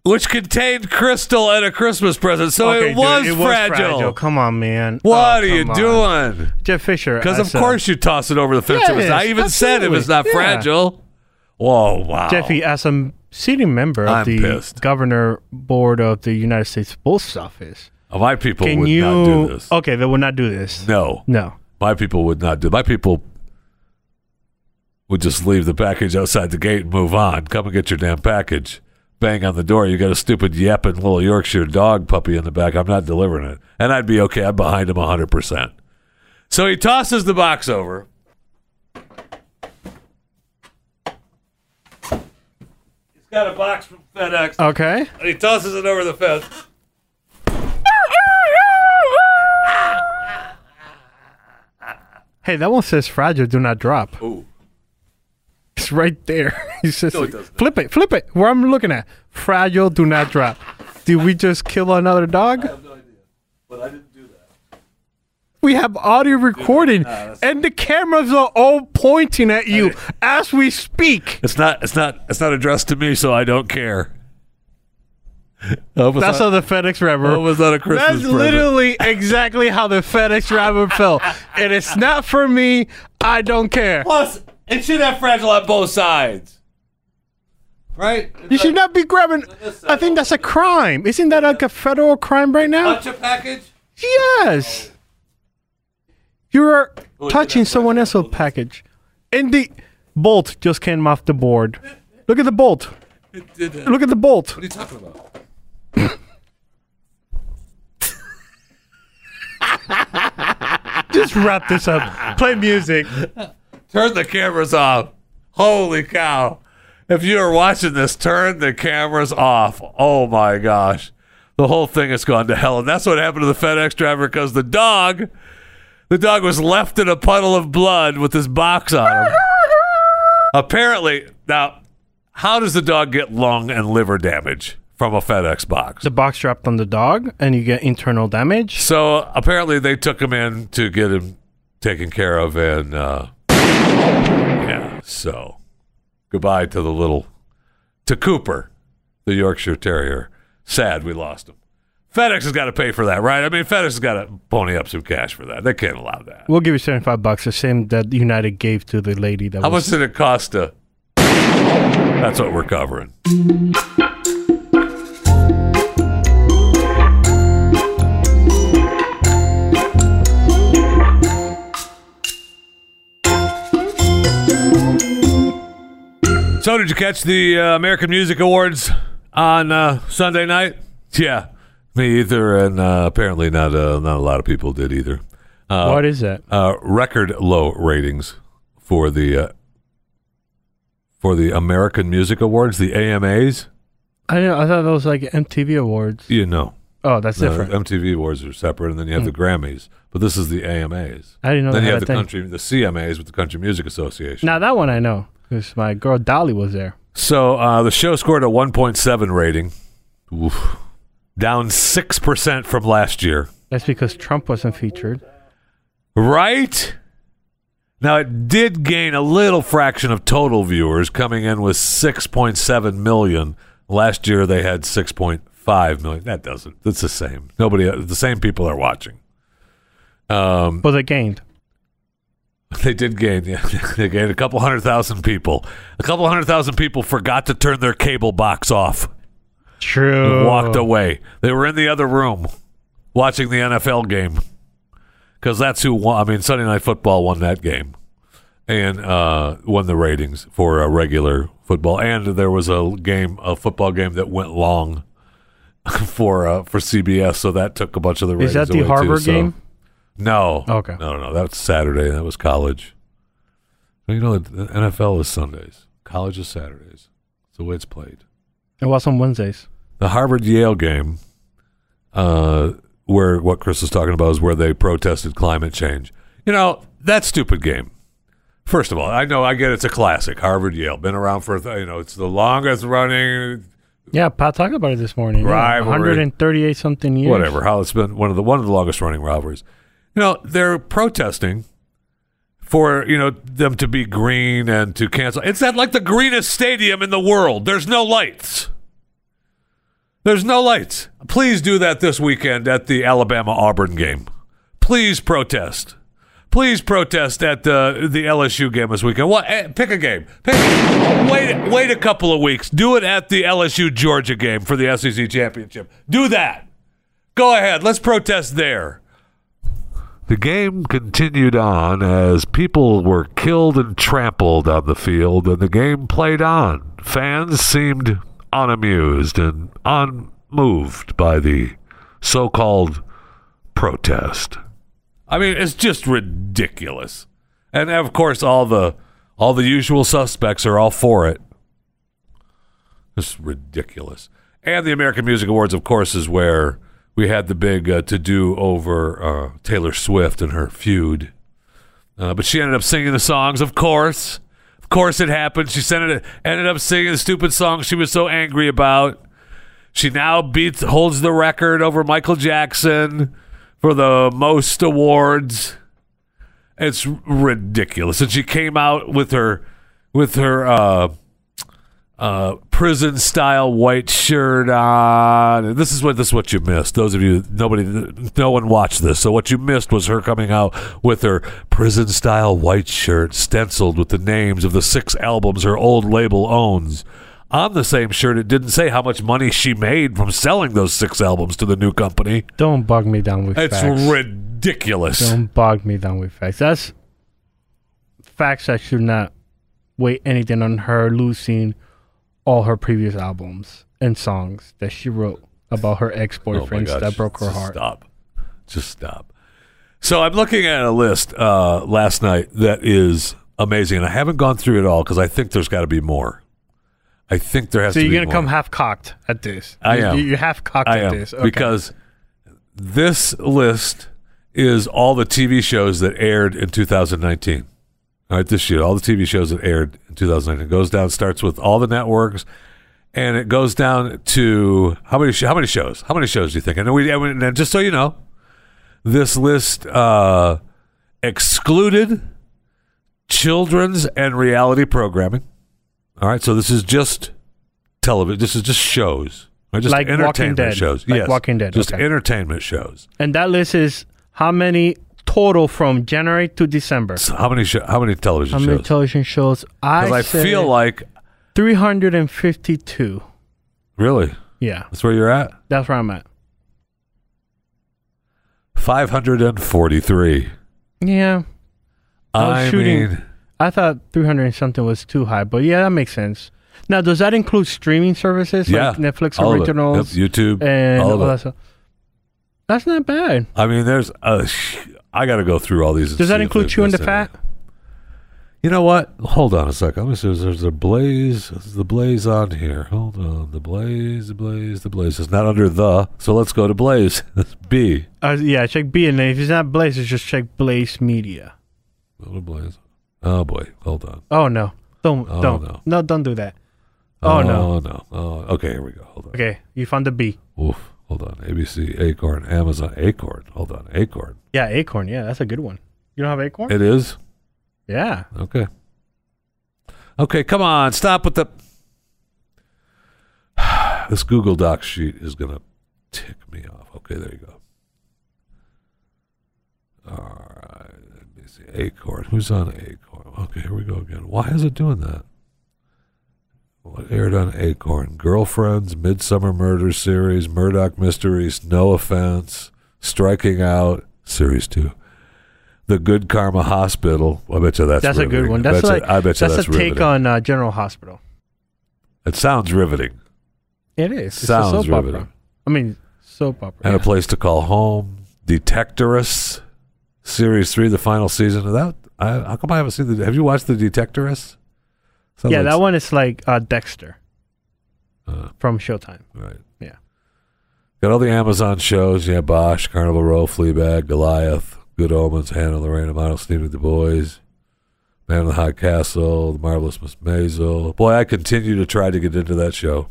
Speaker 2: Which contained crystal and a Christmas present, so
Speaker 3: okay,
Speaker 2: it,
Speaker 3: dude,
Speaker 2: was
Speaker 3: it was fragile. Come on, man.
Speaker 2: What
Speaker 3: Oh,
Speaker 2: are you
Speaker 3: come on.
Speaker 2: doing?
Speaker 3: Jeff Fisher?
Speaker 2: Because
Speaker 3: as
Speaker 2: of
Speaker 3: a-
Speaker 2: course you toss it over the fence. It was- I
Speaker 3: Yes,
Speaker 2: even said it was not
Speaker 3: absolutely. Yeah.
Speaker 2: fragile. Whoa, wow.
Speaker 3: Jeffy, as a city member of
Speaker 2: Oh. I'm
Speaker 3: the
Speaker 2: pissed.
Speaker 3: governor board of the United States Post Office,
Speaker 2: Oh, my people
Speaker 3: can
Speaker 2: would
Speaker 3: you? Oh,
Speaker 2: not do this.
Speaker 3: Okay, they will not do this.
Speaker 2: No,
Speaker 3: No.
Speaker 2: my people would not do. My people would just leave the package outside the gate and move on. Come and get your damn package. Bang on the door. You got a stupid yapping little Yorkshire dog puppy in the back. I'm not delivering it. And I'd be okay. I'm behind him 100%. So he tosses the box over. He's got a box from FedEx.
Speaker 3: Okay.
Speaker 2: And he tosses it over the fence.
Speaker 3: Hey, that one says fragile, do not drop.
Speaker 2: Ooh.
Speaker 3: It's right there. It says,
Speaker 2: it doesn't.
Speaker 3: flip it, flip it. Where I'm looking at. Fragile, do not drop. Did we just kill another dog?
Speaker 2: have no idea. But I didn't do that.
Speaker 3: We have audio recording,
Speaker 2: that's-
Speaker 3: and the cameras are all pointing at you as we speak.
Speaker 2: It's not it's not it's not addressed to me, so I don't care.
Speaker 3: That's how the FedEx driver.
Speaker 2: It was not a Christmas
Speaker 3: That's
Speaker 2: present.
Speaker 3: literally exactly how the FedEx driver felt. And it's not for me. I don't care.
Speaker 2: Plus, it should have fragile on both sides. Right?
Speaker 3: You should not be grabbing. I think that's a crime. Isn't that like a federal crime right now?
Speaker 2: a package.
Speaker 3: Yes. You are
Speaker 2: did
Speaker 3: touching
Speaker 2: that
Speaker 3: someone else's package. And the bolt just came off the board. Look at the bolt.
Speaker 2: It did that. What
Speaker 3: Look at the bolt.
Speaker 2: are you talking about?
Speaker 3: Just wrap this up. Play music.
Speaker 2: Turn the cameras off. Holy cow. If you are watching this, turn the cameras off. Oh my gosh. The whole thing has gone to hell. And that's what happened to the FedEx driver because the dog, the dog was left in a puddle of blood with this box on him. Apparently, now, how does the dog get lung and liver damage from a FedEx box?
Speaker 3: The box dropped on the dog, and you get internal damage.
Speaker 2: So apparently they took him in to get him taken care of, and uh, yeah. So goodbye to the little to Cooper, the Yorkshire Terrier. Sad we lost him. FedEx has got to pay for that, right? I mean, FedEx has got to pony up some cash for that. They can't allow that.
Speaker 3: We'll give you 75 bucks, the same that United gave to the lady that
Speaker 2: How much
Speaker 3: was.
Speaker 2: did it cost to? That's what we're covering. So, did you catch the uh, American Music Awards on uh, Sunday night? Yeah, me either, and uh, apparently not uh, not a lot of people did either. Uh,
Speaker 3: what is that?
Speaker 2: uh, record low ratings for the uh, for the American Music Awards, the AMAs.
Speaker 3: I, don't know, I thought that was like MTV Awards.
Speaker 2: You know,
Speaker 3: Oh, that's
Speaker 2: the
Speaker 3: different.
Speaker 2: MTV Awards are separate, and then you have the Grammys. But this is the AMAs.
Speaker 3: I didn't know
Speaker 2: Then
Speaker 3: they
Speaker 2: you have
Speaker 3: had
Speaker 2: the
Speaker 3: a thing.
Speaker 2: country, the CMAs with the Country Music Association.
Speaker 3: Now that one I know because my girl Dolly was there.
Speaker 2: So uh, the show scored a 1.7 rating, Oof. down six percent from last year.
Speaker 3: That's because Trump wasn't featured.
Speaker 2: Right? Now, it did gain a little fraction of total viewers, coming in with 6.7 million. Last year, they had 6.5 million. That doesn't. That's the same. Nobody, the same people are watching. Um,
Speaker 3: But they gained.
Speaker 2: they did gain, yeah, they gained a couple hundred thousand people. A couple hundred thousand people forgot to turn their cable box off.
Speaker 3: True.
Speaker 2: walked away. They were in the other room watching the NFL game because that's who won. I mean, Sunday Night Football won that game and uh, won the ratings for uh, regular football. And there was a game, a football game that went long for uh, for CBS, so that took a bunch of the ratings.
Speaker 3: Is that
Speaker 2: away
Speaker 3: the
Speaker 2: too,
Speaker 3: Harvard
Speaker 2: so-
Speaker 3: game?
Speaker 2: No.
Speaker 3: Okay.
Speaker 2: No, no, no. That was Saturday. That was college. You know, the NFL is Sundays. College is Saturdays. It's the way it's played
Speaker 3: It was on Wednesdays.
Speaker 2: the Harvard Yale game, uh, where what Chris was talking about is where they protested climate change. You know that stupid game. First of all, I know I get it's a classic. Harvard Yale been around for you know it's the longest running
Speaker 3: Yeah, Pat talked about it this morning. Yeah,
Speaker 2: Rivalry.
Speaker 3: 138 something years.
Speaker 2: whatever how it's been one of the one of the longest running rivalries. You know they're protesting for you know them to be green and to cancel. It's at like the greenest stadium in the world. There's no lights. There's no lights. Please do that this weekend at the Alabama Auburn game. Please protest. Please protest at the the LSU game this weekend. What? eh, Pick a game. Pick. Wait. Wait a couple of weeks. Do it at the LSU Georgia game for the SEC championship. Do that. Go ahead. Let's protest there. The game continued on as people were killed and trampled on the field, and the game played on. Fans seemed unamused and unmoved by the so called protest. I mean, it's just ridiculous. And of course, all the all the usual suspects are all for it. It's ridiculous. And the American Music Awards, of course, is where we had the big uh, to do over uh, Taylor Swift and her feud. Uh, but she ended up singing the songs, of course. Of course, it happened. She sent it, ended up singing the stupid song she was so angry about. She now beats, holds the record over Michael Jackson for the most awards. It's ridiculous. And she came out with her, with her, uh, uh, prison style white shirt on. This is what this is what you missed. Those of you nobody no one watched this. So what you missed was her coming out with her prison style white shirt stenciled with the names of the six albums her old label owns. On the same shirt, it didn't say how much money she made from selling those six albums to the new company.
Speaker 3: Don't bog me down with
Speaker 2: It's
Speaker 3: facts.
Speaker 2: ridiculous.
Speaker 3: Don't bog me down with facts. That's facts I should not wait anything on her losing all her previous albums and songs that she wrote about
Speaker 2: Oh
Speaker 3: her ex boyfriends
Speaker 2: gosh,
Speaker 3: that broke her
Speaker 2: just
Speaker 3: heart.
Speaker 2: Stop. Just stop. So I'm looking at a list uh, last night that is amazing, and I haven't gone through it all because I think there's got to be more. I think there has
Speaker 3: So
Speaker 2: to
Speaker 3: you're
Speaker 2: be
Speaker 3: gonna
Speaker 2: more.
Speaker 3: come half cocked at this.
Speaker 2: I
Speaker 3: You-
Speaker 2: am.
Speaker 3: You, you're half cocked
Speaker 2: I
Speaker 3: at
Speaker 2: am
Speaker 3: this Okay.
Speaker 2: because this list is all the TV shows that aired in 2019. All right, this year, all the TV shows that aired in 2019 it goes down, starts with all the networks, and it goes down to how many sh- how many shows? How many shows do you think? And we and we- and just so you know, this list uh, excluded children's and reality programming. All right, so this is just television. This is just shows. Right, Just
Speaker 3: Like Walking
Speaker 2: entertainment
Speaker 3: Dead.
Speaker 2: shows.
Speaker 3: Like
Speaker 2: yes,
Speaker 3: Walking Dead,
Speaker 2: Just
Speaker 3: okay.
Speaker 2: entertainment shows.
Speaker 3: and that list is how many total from January to December.
Speaker 2: So how many sh- how many television
Speaker 3: How many
Speaker 2: shows?
Speaker 3: television shows?
Speaker 2: 'Cause
Speaker 3: I,
Speaker 2: I feel like
Speaker 3: 352.
Speaker 2: really
Speaker 3: Yeah,
Speaker 2: that's where you're at.
Speaker 3: that's where I'm at.
Speaker 2: Five hundred and forty-three.
Speaker 3: Yeah, I was
Speaker 2: I
Speaker 3: shooting-
Speaker 2: mean,
Speaker 3: I thought 300 and something was too high, but yeah, that makes sense. Now, does that include streaming services
Speaker 2: yeah,
Speaker 3: like Netflix
Speaker 2: all of it.
Speaker 3: originals
Speaker 2: Yep, YouTube,
Speaker 3: and
Speaker 2: all
Speaker 3: all,
Speaker 2: of it.
Speaker 3: that stuff? That's not bad.
Speaker 2: I mean, there's a. I got to go through all these. and
Speaker 3: Does
Speaker 2: see
Speaker 3: that
Speaker 2: if
Speaker 3: include
Speaker 2: they've
Speaker 3: chewing the
Speaker 2: missed any.
Speaker 3: fat?
Speaker 2: You know what? Hold on a second. Let me see. There's a blaze. There's the blaze on here. Hold on. The blaze. The blaze. The blaze. It's not under the. So let's go to blaze. That's B.
Speaker 3: Uh, yeah, check B and then if it's not Blaze, it's just check Blaze Media.
Speaker 2: Go to blaze. Oh boy. Hold on.
Speaker 3: Oh no, don't
Speaker 2: Oh,
Speaker 3: don't
Speaker 2: no.
Speaker 3: no. don't do that. Oh, no.
Speaker 2: Oh no. Oh, okay. Here we go. Hold on.
Speaker 3: Okay, you found the B.
Speaker 2: Oof. Hold on. ABC. Acorn. Amazon. Acorn. Hold on. Acorn.
Speaker 3: Yeah, Acorn. Yeah, that's a good one. You don't have Acorn?
Speaker 2: It is.
Speaker 3: yeah.
Speaker 2: Okay. Okay. Come on. Stop with the. this Google Doc sheet is gonna tick me off. Okay. There you go. All right. Let me see. Acorn. Who's on Acorn? Okay. Here we go again. Why is it doing that? Why What aired on Acorn? Girlfriends, Midsummer Murder Series, Murdoch Mysteries, No Offense, Striking Out, Series 2. The Good Karma Hospital. I bet you that's
Speaker 3: That's, a good
Speaker 2: riveting.
Speaker 3: one.
Speaker 2: I
Speaker 3: That's
Speaker 2: bet
Speaker 3: like
Speaker 2: you, I bet you
Speaker 3: that's, a take
Speaker 2: riveting.
Speaker 3: on uh, General Hospital.
Speaker 2: It sounds riveting.
Speaker 3: It is. It's
Speaker 2: Sounds
Speaker 3: a soap
Speaker 2: riveting.
Speaker 3: opera. I mean, soap opera.
Speaker 2: And a place to call home. Detectorists, Series 3, the final season of that. I, how come I haven't seen the. Have you watched The Detectorists? Sounds
Speaker 3: yeah,
Speaker 2: like
Speaker 3: that one is like uh, Dexter
Speaker 2: Uh.
Speaker 3: from Showtime.
Speaker 2: Right.
Speaker 3: Yeah.
Speaker 2: Got all the Amazon shows. Yeah, Bosch, Carnival Row, Fleabag, Goliath, Good Omens, Hannah Lorraine, Model Stevie, The Boys, Man in the High Castle, The Marvelous Miss Maisel. Boy, I continue to try to get into that show.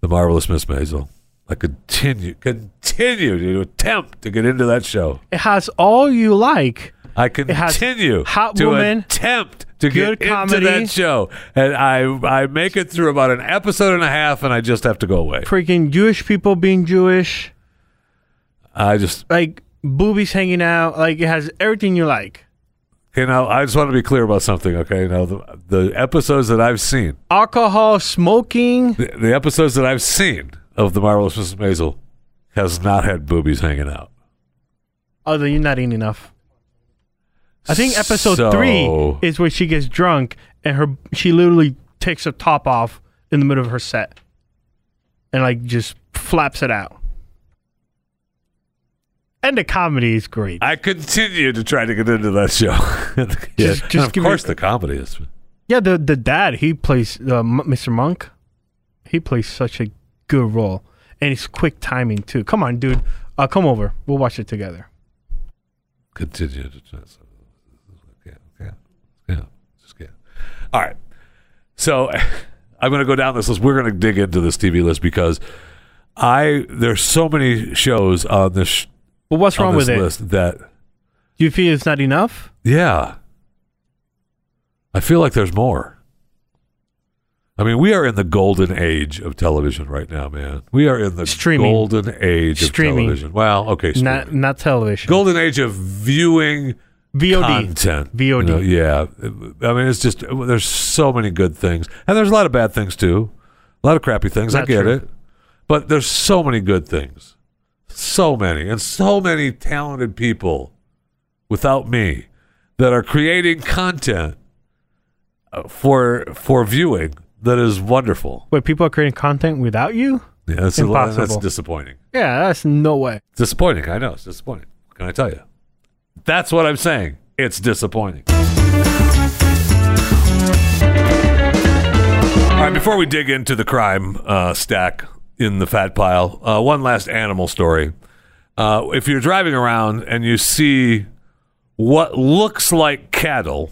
Speaker 2: The Marvelous Miss Maisel. I continue, continue to attempt to get into that show.
Speaker 3: It has all you like.
Speaker 2: I
Speaker 3: has
Speaker 2: continue
Speaker 3: hot
Speaker 2: to
Speaker 3: woman,
Speaker 2: attempt to
Speaker 3: good
Speaker 2: get into
Speaker 3: comedy.
Speaker 2: that show, and I I make it through about an episode and a half, and I just have to go away.
Speaker 3: Freaking Jewish people being Jewish,
Speaker 2: I just
Speaker 3: like boobies hanging out. Like it has everything you like.
Speaker 2: Okay, now I just want to be clear about something. Okay, now the, the episodes that I've seen,
Speaker 3: Alcohol, smoking.
Speaker 2: the, the episodes that I've seen of the marvelous Mrs. Maisel has not had boobies hanging out.
Speaker 3: Oh, then you're not eating enough. I think episode
Speaker 2: So-
Speaker 3: three is where she gets drunk and her she literally takes her top off in the middle of her set, and like just flaps it out. And the comedy is great.
Speaker 2: I continue to try to get into that show. yeah.
Speaker 3: Just-
Speaker 2: and
Speaker 3: just
Speaker 2: of
Speaker 3: give me-
Speaker 2: course, the comedy is.
Speaker 3: Yeah, the the dad he plays uh, M- Mr. Monk. He plays such a good role, and it's quick timing too. Come on, dude, uh, come over. We'll watch it together.
Speaker 2: continue to trans- yeah, yeah, yeah, just can't. All right, so I'm going to go down this list. We're going to dig into this TV list because I there's so many shows on this sh-
Speaker 3: But what's
Speaker 2: on
Speaker 3: wrong
Speaker 2: this
Speaker 3: with it?
Speaker 2: list that
Speaker 3: Do you feel it's not enough?
Speaker 2: yeah, I feel like there's more. I mean, we are in the golden age of television right now, man. We are in the
Speaker 3: Streaming.
Speaker 2: golden age of
Speaker 3: Streaming.
Speaker 2: television. Well, okay,
Speaker 3: Not
Speaker 2: streaming.
Speaker 3: not television.
Speaker 2: golden age of viewing
Speaker 3: VOD.
Speaker 2: content.
Speaker 3: VOD.
Speaker 2: You know, yeah. I mean, it's just there's so many good things, and there's a lot of bad things too, a lot of crappy things. I
Speaker 3: Not
Speaker 2: get
Speaker 3: true.
Speaker 2: it, but there's so many good things, so many, and so many talented people without me that are creating content uh, for for viewing that is wonderful.
Speaker 3: Wait, people are creating content without you?
Speaker 2: Yeah, that's, a lot- that's
Speaker 3: Impossible.
Speaker 2: disappointing.
Speaker 3: Yeah, that's no way.
Speaker 2: Disappointing. I know it's disappointing. What can I tell you? That's what I'm saying. It's disappointing. All right. Before we dig into the crime uh, stack in the fat pile, uh, one last animal story. Uh, if you're driving around and you see what looks like cattle,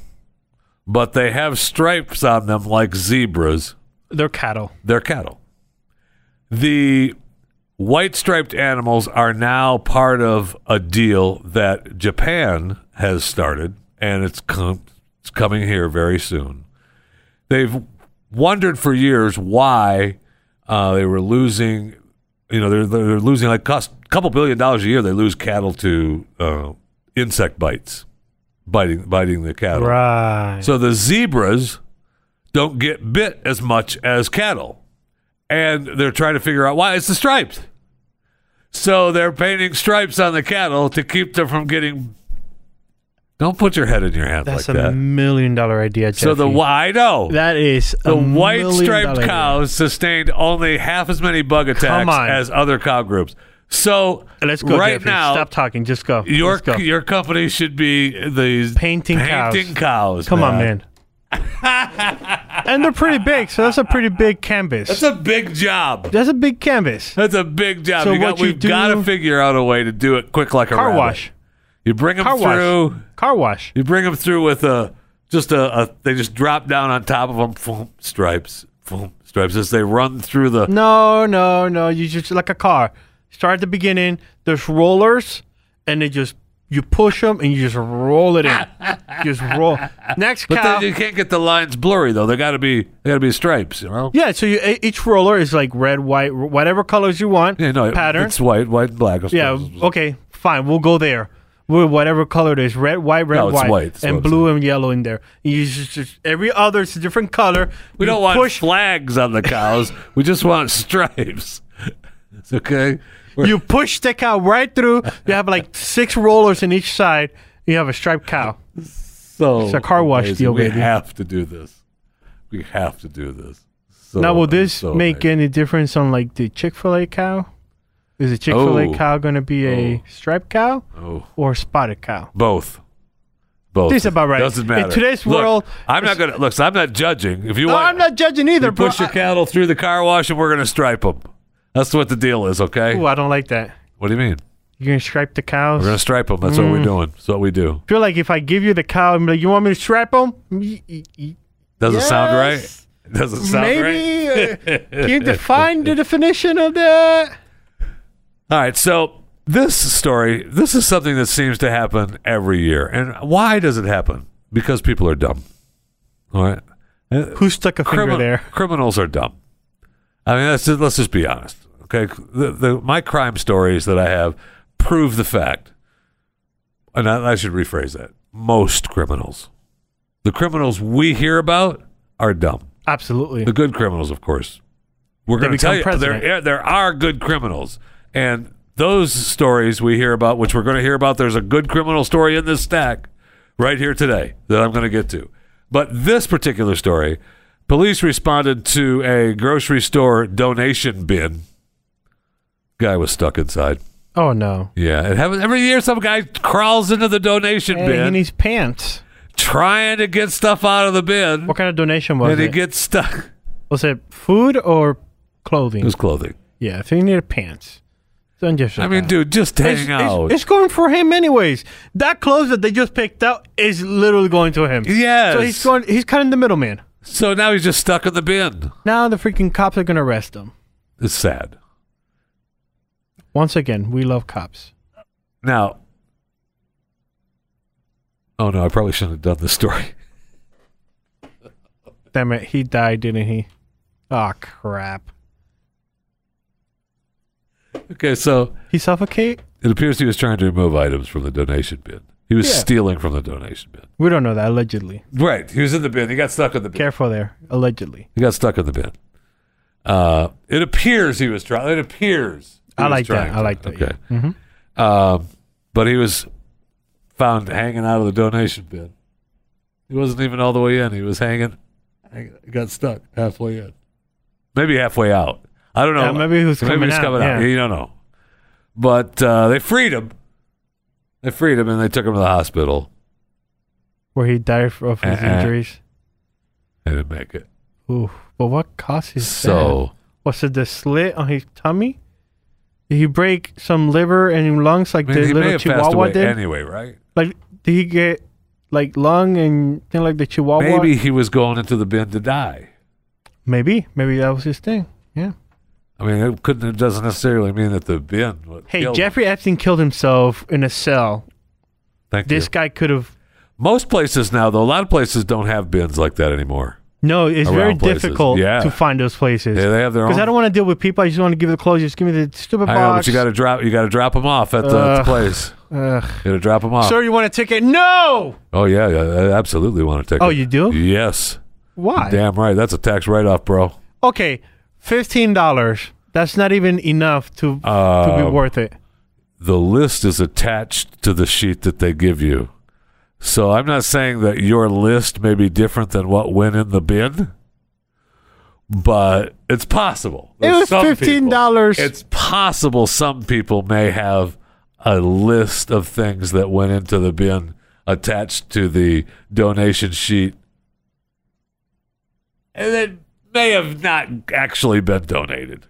Speaker 2: but they have stripes on them like zebras,
Speaker 3: They're cattle.
Speaker 2: they're cattle. The white striped animals are now part of a deal that Japan has started, and it's, com- it's coming here very soon. They've wondered for years why uh, they were losing. You know, they're they're losing like cost couple billion dollars a year. They lose cattle to uh, insect bites, biting biting the cattle.
Speaker 3: Right.
Speaker 2: So the zebras don't get bit as much as cattle. And they're trying to figure out why it's the stripes. So they're painting stripes on the cattle to keep them from getting. Don't put your head in your hand
Speaker 3: that's
Speaker 2: like
Speaker 3: a
Speaker 2: that.
Speaker 3: million dollar idea, Jeffy.
Speaker 2: So the wh- I know
Speaker 3: that is
Speaker 2: the
Speaker 3: a
Speaker 2: white
Speaker 3: million
Speaker 2: striped
Speaker 3: dollar idea.
Speaker 2: cows sustained only half as many bug attacks
Speaker 3: on.
Speaker 2: as other cow groups. So
Speaker 3: Let's go,
Speaker 2: right
Speaker 3: Jeffy.
Speaker 2: now,
Speaker 3: Stop talking. Just go.
Speaker 2: your
Speaker 3: Just go.
Speaker 2: your company should be the
Speaker 3: Painting cows.
Speaker 2: painting cows.
Speaker 3: Come on, man. and they're pretty big, so that's a pretty big canvas.
Speaker 2: That's a big job.
Speaker 3: That's a big canvas.
Speaker 2: That's a big job.
Speaker 3: So
Speaker 2: you got,
Speaker 3: what you
Speaker 2: we've got to
Speaker 3: do-
Speaker 2: figure out a way to do it quick like a
Speaker 3: Car
Speaker 2: rabbit.
Speaker 3: wash.
Speaker 2: You bring them
Speaker 3: Car wash.
Speaker 2: through.
Speaker 3: Car wash.
Speaker 2: You bring them through with a just a, a they just drop down on top of them. Foom, stripes, foom, stripes as they run through the.
Speaker 3: No, no, no. You just like a car. Start at the beginning. There's rollers, and they just you push them and you just roll it in. just roll. Next
Speaker 2: But
Speaker 3: cow.
Speaker 2: then you can't get the lines blurry though. They got to be they got to be stripes. You know.
Speaker 3: yeah. So you, e- each roller is like red, white, r- whatever colors you want.
Speaker 2: Yeah, no, it-
Speaker 3: pattern.
Speaker 2: It's white, white, and black.
Speaker 3: yeah. Okay. Fine. We'll go there. with whatever color it is red, white, red,
Speaker 2: No, it's
Speaker 3: white,
Speaker 2: white, that's what
Speaker 3: and
Speaker 2: I'm
Speaker 3: blue and yellow in there. You just, just- every other is a different color.
Speaker 2: We
Speaker 3: You
Speaker 2: don't want
Speaker 3: push.
Speaker 2: flags on the cows. we just want stripes. It's okay. We're-
Speaker 3: You push the cow right through. You have like six rollers in each side. You have a striped cow.
Speaker 2: so
Speaker 3: a car wash
Speaker 2: amazing.
Speaker 3: deal,
Speaker 2: We
Speaker 3: baby.
Speaker 2: have to do this. We have to do this. So,
Speaker 3: now, will
Speaker 2: I'm
Speaker 3: this
Speaker 2: so
Speaker 3: make
Speaker 2: amazed.
Speaker 3: any difference on like the Chick Fil A cow? Is the Chick Fil A
Speaker 2: Oh.
Speaker 3: cow gonna be a striped cow
Speaker 2: Oh,
Speaker 3: or spotted cow?
Speaker 2: both. Both.
Speaker 3: This is about right.
Speaker 2: Doesn't
Speaker 3: In
Speaker 2: matter.
Speaker 3: today's
Speaker 2: Look,
Speaker 3: world,
Speaker 2: I'm not gonna look. So I'm not judging. If you
Speaker 3: No,
Speaker 2: want,
Speaker 3: I'm not judging either.
Speaker 2: you
Speaker 3: bro.
Speaker 2: push your cattle through the car wash, and we're gonna stripe them. That's what the deal is. Okay.
Speaker 3: I, Ooh, I don't like that.
Speaker 2: What do you mean?
Speaker 3: You're gonna stripe the cows.
Speaker 2: We're gonna stripe them. That's what
Speaker 3: Mm.
Speaker 2: we're doing. That's what we do.
Speaker 3: feel like if I give you the cow and be like, you want me to strap him? Doesn't
Speaker 2: Doesn't sound right. Doesn't sound right.
Speaker 3: Maybe. uh, can you define the definition of that?
Speaker 2: All right, so this story, this is something that seems to happen every year. And why does it happen? Because people are dumb. All right? Uh,
Speaker 3: Who stuck a finger
Speaker 2: crimin-
Speaker 3: there?
Speaker 2: Criminals are dumb. I mean, that's just, let's just be honest. Okay? The, the, my crime stories that I have prove the fact. And I, I should rephrase that. Most criminals. The criminals we hear about are dumb.
Speaker 3: Absolutely.
Speaker 2: The good criminals, of course. We're going to
Speaker 3: become
Speaker 2: tell you
Speaker 3: president.
Speaker 2: there there are good criminals, and those stories we hear about, which we're going to hear about. There's a good criminal story in this stack right here today that I'm going to get to. But this particular story, police responded to a grocery store donation bin. Guy was stuck inside.
Speaker 3: Oh no.
Speaker 2: Yeah, it happens every year. Some guy crawls into the donation
Speaker 3: And he
Speaker 2: bin,
Speaker 3: needs pants.
Speaker 2: trying to get stuff out of the bin,
Speaker 3: What kind of donation was
Speaker 2: and he
Speaker 3: it?
Speaker 2: gets stuck.
Speaker 3: was it food or clothing?
Speaker 2: His clothing.
Speaker 3: yeah, if he needed pants. Don't just
Speaker 2: I mean, dude, just hang
Speaker 3: It's, it's-
Speaker 2: out.
Speaker 3: it's going for him anyways. That clothes that they just picked out is literally going to him.
Speaker 2: Yes.
Speaker 3: So he's going. He's cutting the middleman.
Speaker 2: so now he's just stuck in the bin.
Speaker 3: Now the freaking cops are gonna arrest him.
Speaker 2: It's sad.
Speaker 3: Once again, we love cops.
Speaker 2: Now, oh no, I probably shouldn't have done this story.
Speaker 3: Damn it, he died, didn't he? Oh crap.
Speaker 2: Okay, so
Speaker 3: He suffocate?
Speaker 2: it appears he was trying to remove items from the donation bin. He was
Speaker 3: Yeah.
Speaker 2: stealing from the donation bin.
Speaker 3: We don't know that, allegedly.
Speaker 2: Right, he was in the bin. He got stuck in the bin.
Speaker 3: Careful there. Allegedly.
Speaker 2: He got stuck in the bin. Uh, it appears he was trying. It appears. he
Speaker 3: I
Speaker 2: was
Speaker 3: like that.
Speaker 2: trying
Speaker 3: I like that, Mm-hmm.
Speaker 2: Okay. Um, but he was found hanging out of the donation bin. He wasn't even all the way in. He was hanging. hanging got stuck halfway in. Maybe halfway out. I don't know.
Speaker 3: Yeah, maybe he was coming
Speaker 2: he's
Speaker 3: out,
Speaker 2: coming out.
Speaker 3: yeah.
Speaker 2: You don't know. But uh, they freed him. They freed him and they took him to the hospital.
Speaker 3: Where he died f- of his
Speaker 2: Uh-uh.
Speaker 3: injuries.
Speaker 2: They didn't make it.
Speaker 3: Ooh. But what caused his
Speaker 2: So.
Speaker 3: death? Was it the slit on his tummy? Did he break some liver and lungs like
Speaker 2: I mean,
Speaker 3: the
Speaker 2: he may
Speaker 3: little
Speaker 2: have passed
Speaker 3: chihuahua
Speaker 2: away
Speaker 3: did?
Speaker 2: anyway, right?
Speaker 3: like did he get like lung and thing like the chihuahua?
Speaker 2: Maybe he was going into the bin to die.
Speaker 3: Maybe. Maybe that was his thing. Yeah.
Speaker 2: I mean, it couldn't. It doesn't necessarily mean that the bin. what
Speaker 3: Hey,
Speaker 2: killed him.
Speaker 3: Jeffrey Epstein killed himself in a cell.
Speaker 2: Thank
Speaker 3: This
Speaker 2: you.
Speaker 3: guy could have
Speaker 2: Most places now, though, a lot of places don't have bins like that anymore.
Speaker 3: No, it's
Speaker 2: around
Speaker 3: very
Speaker 2: places.
Speaker 3: difficult
Speaker 2: Yeah.
Speaker 3: to find those places.
Speaker 2: Yeah, they have their
Speaker 3: Because I
Speaker 2: own-
Speaker 3: don't want to deal with people. I just want to give the clothes. Just give me the stupid
Speaker 2: I
Speaker 3: box.
Speaker 2: know, but you got to drop. You got to drop them off at the, at the
Speaker 3: Ugh.
Speaker 2: place.
Speaker 3: Ugh.
Speaker 2: You got to drop them off.
Speaker 3: Sir, you want a ticket? No.
Speaker 2: Oh yeah, yeah, I absolutely want to take.
Speaker 3: Oh,
Speaker 2: it.
Speaker 3: you do?
Speaker 2: Yes.
Speaker 3: Why?
Speaker 2: Damn right. That's a tax write-off, bro.
Speaker 3: Okay, fifteen dollars. That's not even enough to to be
Speaker 2: Um,
Speaker 3: worth it.
Speaker 2: The list is attached to the sheet that they give you. So I'm not saying that your list may be different than what went in the bin, but it's possible.
Speaker 3: It
Speaker 2: that
Speaker 3: was
Speaker 2: some people-
Speaker 3: $15.
Speaker 2: It's possible some people may have a list of things that went into the bin attached to the donation sheet, and it may have not actually been donated.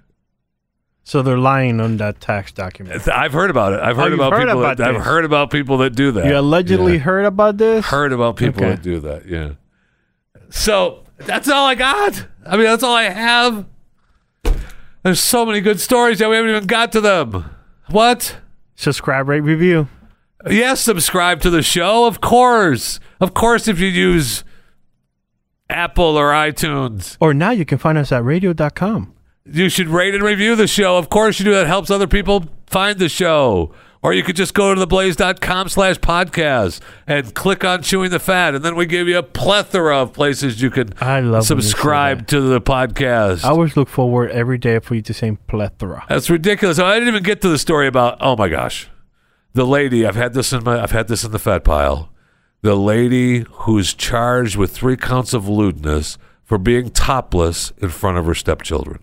Speaker 3: So they're lying on that tax document.
Speaker 2: I've heard about it. I've heard
Speaker 3: Oh, you've
Speaker 2: about
Speaker 3: heard
Speaker 2: people.
Speaker 3: about
Speaker 2: that, I've
Speaker 3: this.
Speaker 2: heard about people that do that.
Speaker 3: You allegedly
Speaker 2: Yeah.
Speaker 3: heard about this?
Speaker 2: heard about people
Speaker 3: Okay.
Speaker 2: that do that. Yeah. So that's all I got. I mean, that's all I have. There's so many good stories that we haven't even got to them. What?
Speaker 3: Subscribe, rate, review.
Speaker 2: Yes, subscribe to the show, of course. Of course, if you use Apple or iTunes,
Speaker 3: Or now you can find us at radio.com.
Speaker 2: you should rate and review the show. Of course, you do. That helps other people find the show. Or you could just go to theblaze.com slash podcast and click on Chewing the Fat, and then we give you a plethora of places you can
Speaker 3: I love when you say
Speaker 2: subscribe
Speaker 3: that.
Speaker 2: to the podcast.
Speaker 3: I always look forward every day for you to say plethora.
Speaker 2: That's ridiculous. I didn't even get to the story about. Oh my gosh, the lady. I've had this in my. I've had this in the fat pile. The lady who's charged with three counts of lewdness for being topless in front of her stepchildren.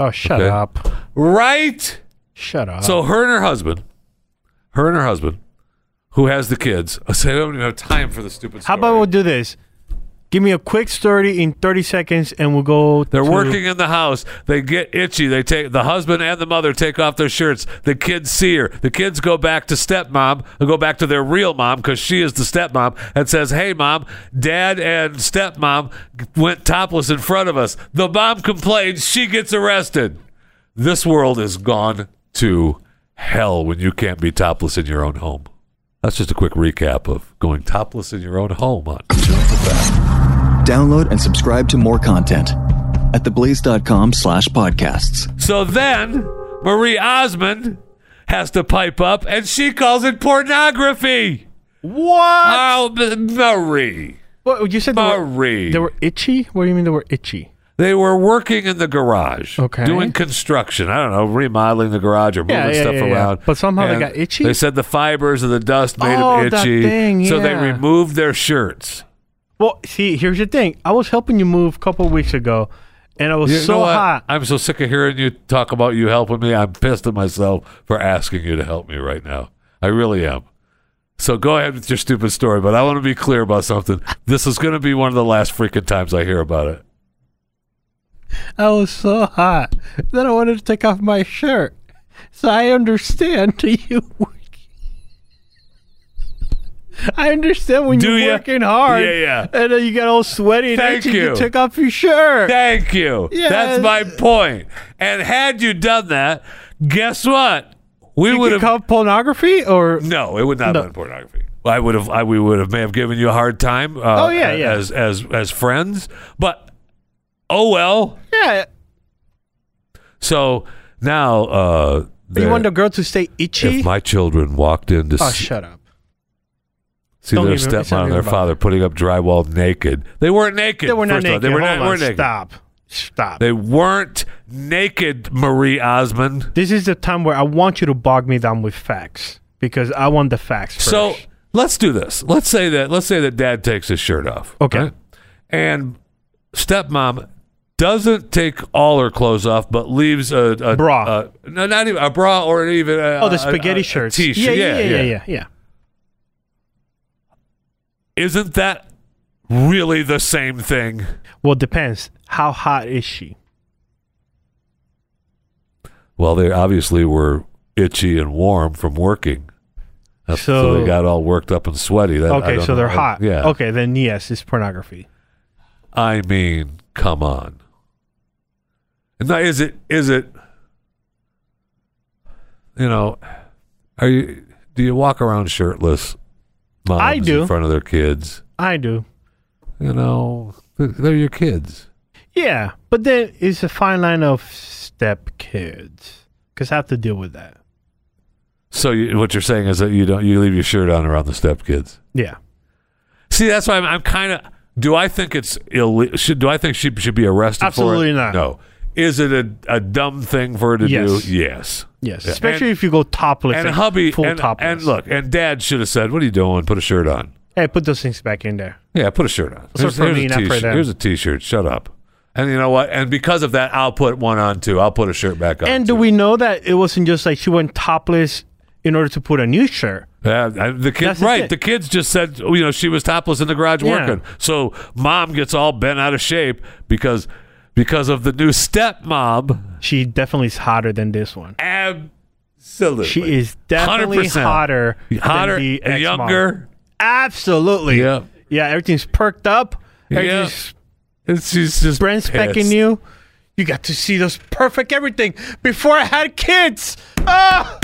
Speaker 3: Oh, shut
Speaker 2: Okay.
Speaker 3: up.
Speaker 2: Right.
Speaker 3: Shut up.
Speaker 2: So her and her husband, her and her husband, who has the kids. I say I don't even have time for the stupid.
Speaker 3: How
Speaker 2: Story.
Speaker 3: about we'll do this? Give me a quick story in 30 seconds and we'll go.
Speaker 2: They're
Speaker 3: to-
Speaker 2: working in the house. They get itchy. They take the husband and the mother take off their shirts. The kids see her. The kids go back to stepmom. They go back to their real mom because she is the stepmom and says, "Hey, mom, dad and stepmom went topless in front of us." The mom complains. She gets arrested. This world is gone to hell when you can't be topless in your own home. That's just a quick recap of going topless in your own home on
Speaker 1: Download and subscribe to more content at theblaze.com slash podcasts.
Speaker 2: So then Marie Osmond has to pipe up and she calls it pornography.
Speaker 3: What?
Speaker 2: Oh, M- Marie.
Speaker 3: what? You said they were,
Speaker 2: Marie.
Speaker 3: they were itchy? What do you mean they were itchy?
Speaker 2: They were working in the garage.
Speaker 3: Okay.
Speaker 2: Doing construction. I don't know, remodeling the garage or moving
Speaker 3: Yeah, yeah,
Speaker 2: stuff
Speaker 3: yeah, yeah.
Speaker 2: around.
Speaker 3: But somehow they
Speaker 2: And
Speaker 3: got itchy?
Speaker 2: They said the fibers of the dust made
Speaker 3: Oh,
Speaker 2: them
Speaker 3: that
Speaker 2: itchy.
Speaker 3: thing,
Speaker 2: So they
Speaker 3: yeah.
Speaker 2: removed their shirts.
Speaker 3: Well, see, here's the thing. I was helping you move a couple of weeks ago and I was
Speaker 2: You know
Speaker 3: so
Speaker 2: what?
Speaker 3: hot.
Speaker 2: I'm so sick of hearing you talk about you helping me. I'm pissed at myself for asking you to help me right now. I really am. So go ahead with your stupid story, but I want to be clear about something. This is going to be one of the last freaking times I hear about it.
Speaker 3: I was so hot that I wanted to take off my shirt. So I understand to you. working- I understand when
Speaker 2: Do
Speaker 3: you're
Speaker 2: ya?
Speaker 3: working hard.
Speaker 2: Yeah, yeah.
Speaker 3: And then you get all sweaty and
Speaker 2: Thank
Speaker 3: itchy,
Speaker 2: you.
Speaker 3: you take off your shirt.
Speaker 2: Thank you.
Speaker 3: Yes.
Speaker 2: That's my point. And had you done that, guess what? We
Speaker 3: you
Speaker 2: would
Speaker 3: would
Speaker 2: have
Speaker 3: call pornography or
Speaker 2: No, it would not
Speaker 3: No.
Speaker 2: have been pornography. I would have. I we would have may have given you a hard time. Uh,
Speaker 3: Oh, yeah, yeah.
Speaker 2: As as as friends, but oh well.
Speaker 3: yeah.
Speaker 2: So now, uh,
Speaker 3: You
Speaker 2: the-
Speaker 3: want the girl to stay itchy?
Speaker 2: if my children walked in to
Speaker 3: oh,
Speaker 2: see,
Speaker 3: shut up.
Speaker 2: see
Speaker 3: don't
Speaker 2: their
Speaker 3: even- it's not
Speaker 2: stepmom and
Speaker 3: even
Speaker 2: their
Speaker 3: about
Speaker 2: father putting up drywall naked, they weren't naked.
Speaker 3: They were not
Speaker 2: first of all.
Speaker 3: naked.
Speaker 2: They were
Speaker 3: Hold
Speaker 2: not
Speaker 3: on.
Speaker 2: were naked.
Speaker 3: Stop. Stop.
Speaker 2: They weren't naked, Marie Osmond.
Speaker 3: this is the time where I want you to bog me down with facts because I want the facts first.
Speaker 2: So let's do this. Let's say that. Let's say that Dad takes his shirt off.
Speaker 3: Okay.
Speaker 2: and stepmom doesn't take all her clothes off, but leaves a, a
Speaker 3: Bra.
Speaker 2: a- no, not even a bra or even a,
Speaker 3: oh, the
Speaker 2: a-
Speaker 3: spaghetti
Speaker 2: uh, a- a
Speaker 3: shirts.
Speaker 2: t-shirt.
Speaker 3: Yeah, yeah, yeah, yeah, yeah, yeah.
Speaker 2: Isn't that really the same thing?
Speaker 3: Well, it depends. How hot is she?
Speaker 2: Well, they obviously were itchy and warm from working. That's- so,
Speaker 3: So-
Speaker 2: they got all worked up and sweaty. That- I
Speaker 3: Okay,
Speaker 2: don't
Speaker 3: so they're
Speaker 2: know.
Speaker 3: hot.
Speaker 2: Yeah.
Speaker 3: Okay, then yes, it's pornography.
Speaker 2: I mean, come on. And now, is it is it? You know, are you? Do you walk around shirtless? Moms
Speaker 3: I do.
Speaker 2: in front of their kids.
Speaker 3: I do.
Speaker 2: You know, th- they're your kids.
Speaker 3: Yeah, but then it's a fine line of step kids because I have to deal with that.
Speaker 2: So you, what you're saying is that you don't you leave your shirt on around the step kids.
Speaker 3: Yeah.
Speaker 2: See, that's why I'm, I'm kind of. Do I think it's illegal? Should, do I think she should be arrested for it?
Speaker 3: Absolutely not.
Speaker 2: No. Is it a, a dumb thing for her to
Speaker 3: Yes.
Speaker 2: do? Yes.
Speaker 3: Yes.
Speaker 2: Yeah.
Speaker 3: Especially
Speaker 2: And-
Speaker 3: if you go topless
Speaker 2: and hubby
Speaker 3: full
Speaker 2: and,
Speaker 3: topless.
Speaker 2: and look and dad should have said what are you doing put a shirt on
Speaker 3: hey, put those things back in there.
Speaker 2: yeah put a shirt on
Speaker 3: So for me,
Speaker 2: a
Speaker 3: not for
Speaker 2: t-shirt.
Speaker 3: them.
Speaker 2: here's a t-shirt shut up and you know what and because of that i'll put one on too i'll put a shirt back on
Speaker 3: and
Speaker 2: too.
Speaker 3: do we know that it wasn't just like she went topless in order to put a new shirt?
Speaker 2: Yeah, and the kid,
Speaker 3: That's the
Speaker 2: right?
Speaker 3: thing.
Speaker 2: The kids just said, oh, you know, she was topless in the garage
Speaker 3: Yeah.
Speaker 2: working. So mom gets all bent out of shape because because of the new stepmom.
Speaker 3: She definitely is hotter than this one.
Speaker 2: Absolutely,
Speaker 3: She is definitely
Speaker 2: 100%.
Speaker 3: hotter
Speaker 2: hotter,
Speaker 3: than the
Speaker 2: and
Speaker 3: ex-mom.
Speaker 2: younger.
Speaker 3: Absolutely.
Speaker 2: Yeah.
Speaker 3: Yeah, everything's perked up.
Speaker 2: Yeah.
Speaker 3: Everything's
Speaker 2: And she's just
Speaker 3: brand specking
Speaker 2: pissed.
Speaker 3: new. You got to see those perfect everything before I had kids. Ah!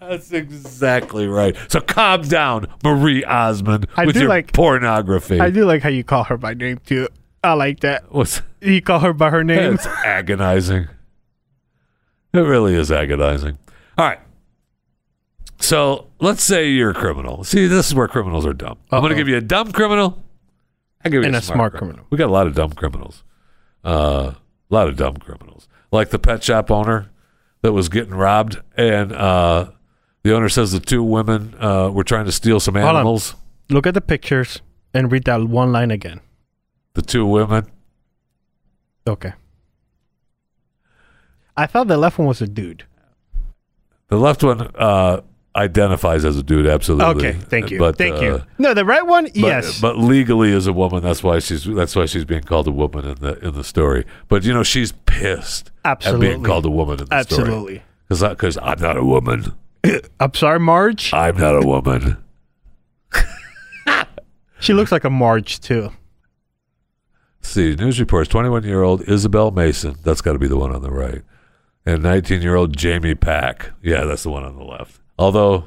Speaker 2: That's exactly right. So calm down, Marie Osmond,
Speaker 3: I
Speaker 2: with
Speaker 3: do
Speaker 2: your
Speaker 3: like-
Speaker 2: pornography.
Speaker 3: I do like how you call her by name too. I like that.
Speaker 2: What's,
Speaker 3: You call her by her name.
Speaker 2: it's agonizing. It really is agonizing. All right. So let's say you're a criminal. See, this is where criminals are dumb. I'm going to
Speaker 3: Uh-oh.
Speaker 2: give you a dumb criminal. I give you
Speaker 3: And
Speaker 2: a,
Speaker 3: a smart criminal.
Speaker 2: We got a lot of dumb criminals. Uh, a lot of dumb criminals, like the pet shop owner that was getting robbed, and uh, the owner says the two women uh, were trying to steal some
Speaker 3: on.
Speaker 2: animals.
Speaker 3: Look at the pictures and read that one line again.
Speaker 2: The two women.
Speaker 3: Okay. I thought the left one was a dude.
Speaker 2: The left one uh, identifies as a dude, absolutely.
Speaker 3: Okay, thank you.
Speaker 2: But,
Speaker 3: thank
Speaker 2: uh,
Speaker 3: you. No, the right one,
Speaker 2: But, uh,
Speaker 3: yes.
Speaker 2: but legally is a woman. That's why she's that's why she's being called a woman in the in the story. But you know she's pissed at being
Speaker 3: Absolutely.
Speaker 2: called a woman in the story.
Speaker 3: Absolutely.
Speaker 2: Absolutely, because I'm not a woman.
Speaker 3: I'm sorry, Marge.
Speaker 2: I'm not a woman.
Speaker 3: She looks like a Marge too.
Speaker 2: See, news reports 21 year old Isabel Mason, that's got to be the one on the right, and 19 year old Jamie Pack. Yeah, that's the one on the left. Although,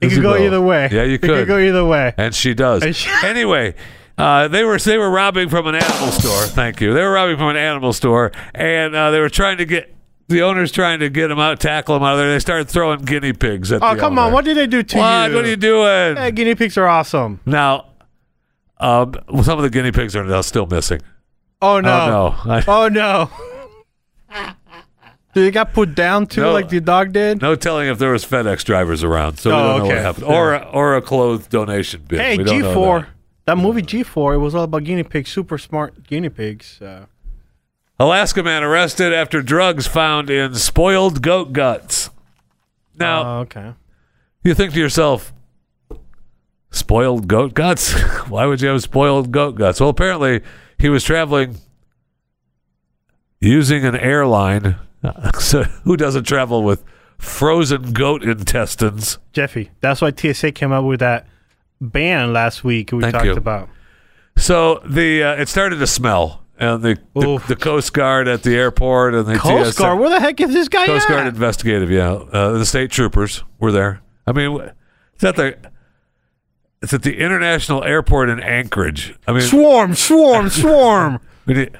Speaker 3: It could go
Speaker 2: Isabel-
Speaker 3: either way.
Speaker 2: Yeah, you
Speaker 3: It could go either way.
Speaker 2: and she does.
Speaker 3: And she-
Speaker 2: anyway, uh, they were they were robbing from an animal store. Thank you. They were robbing from an animal store, and uh, they were trying to get the owners trying to get them out, tackle them out of there. They started throwing guinea pigs at
Speaker 3: Oh,
Speaker 2: the
Speaker 3: come
Speaker 2: owner.
Speaker 3: on. What did they do to
Speaker 2: What?
Speaker 3: you?
Speaker 2: What are you doing?
Speaker 3: Eh, guinea pigs are awesome.
Speaker 2: Now, um, some of the guinea pigs are now still missing.
Speaker 3: Oh no.
Speaker 2: Oh no! I-
Speaker 3: Oh no. Did they got put down too,
Speaker 2: No.
Speaker 3: like the dog did?
Speaker 2: No telling if there was FedEx drivers around, so we
Speaker 3: Oh,
Speaker 2: don't know what
Speaker 3: okay.
Speaker 2: happened, or a, or a clothes donation bin.
Speaker 3: Hey,
Speaker 2: We don't
Speaker 3: G
Speaker 2: know
Speaker 3: four.
Speaker 2: that.
Speaker 3: That. movie G four. It was all about guinea pigs, super smart guinea pigs. Uh,
Speaker 2: Alaska man arrested after drugs found in spoiled goat guts. Now
Speaker 3: oh, okay.
Speaker 2: you think to yourself, spoiled goat guts? Why would you have spoiled goat guts? Well, apparently he was traveling using an airline. so who doesn't travel with frozen goat intestines?
Speaker 3: Jeffy. That's why TSA came out with that ban last week we
Speaker 2: Thank
Speaker 3: talked
Speaker 2: you.
Speaker 3: about.
Speaker 2: So the uh, it started to smell, and the, the
Speaker 3: Oof.
Speaker 2: the Coast Guard at the airport and the
Speaker 3: Coast
Speaker 2: TSA
Speaker 3: Guard, where the heck is this guy
Speaker 2: Coast Guard
Speaker 3: at?
Speaker 2: investigative, yeah, uh, the state troopers were there. I mean, wh- it's at the it's at the international airport in Anchorage. I mean,
Speaker 3: Swarm, swarm, swarm.
Speaker 2: we need,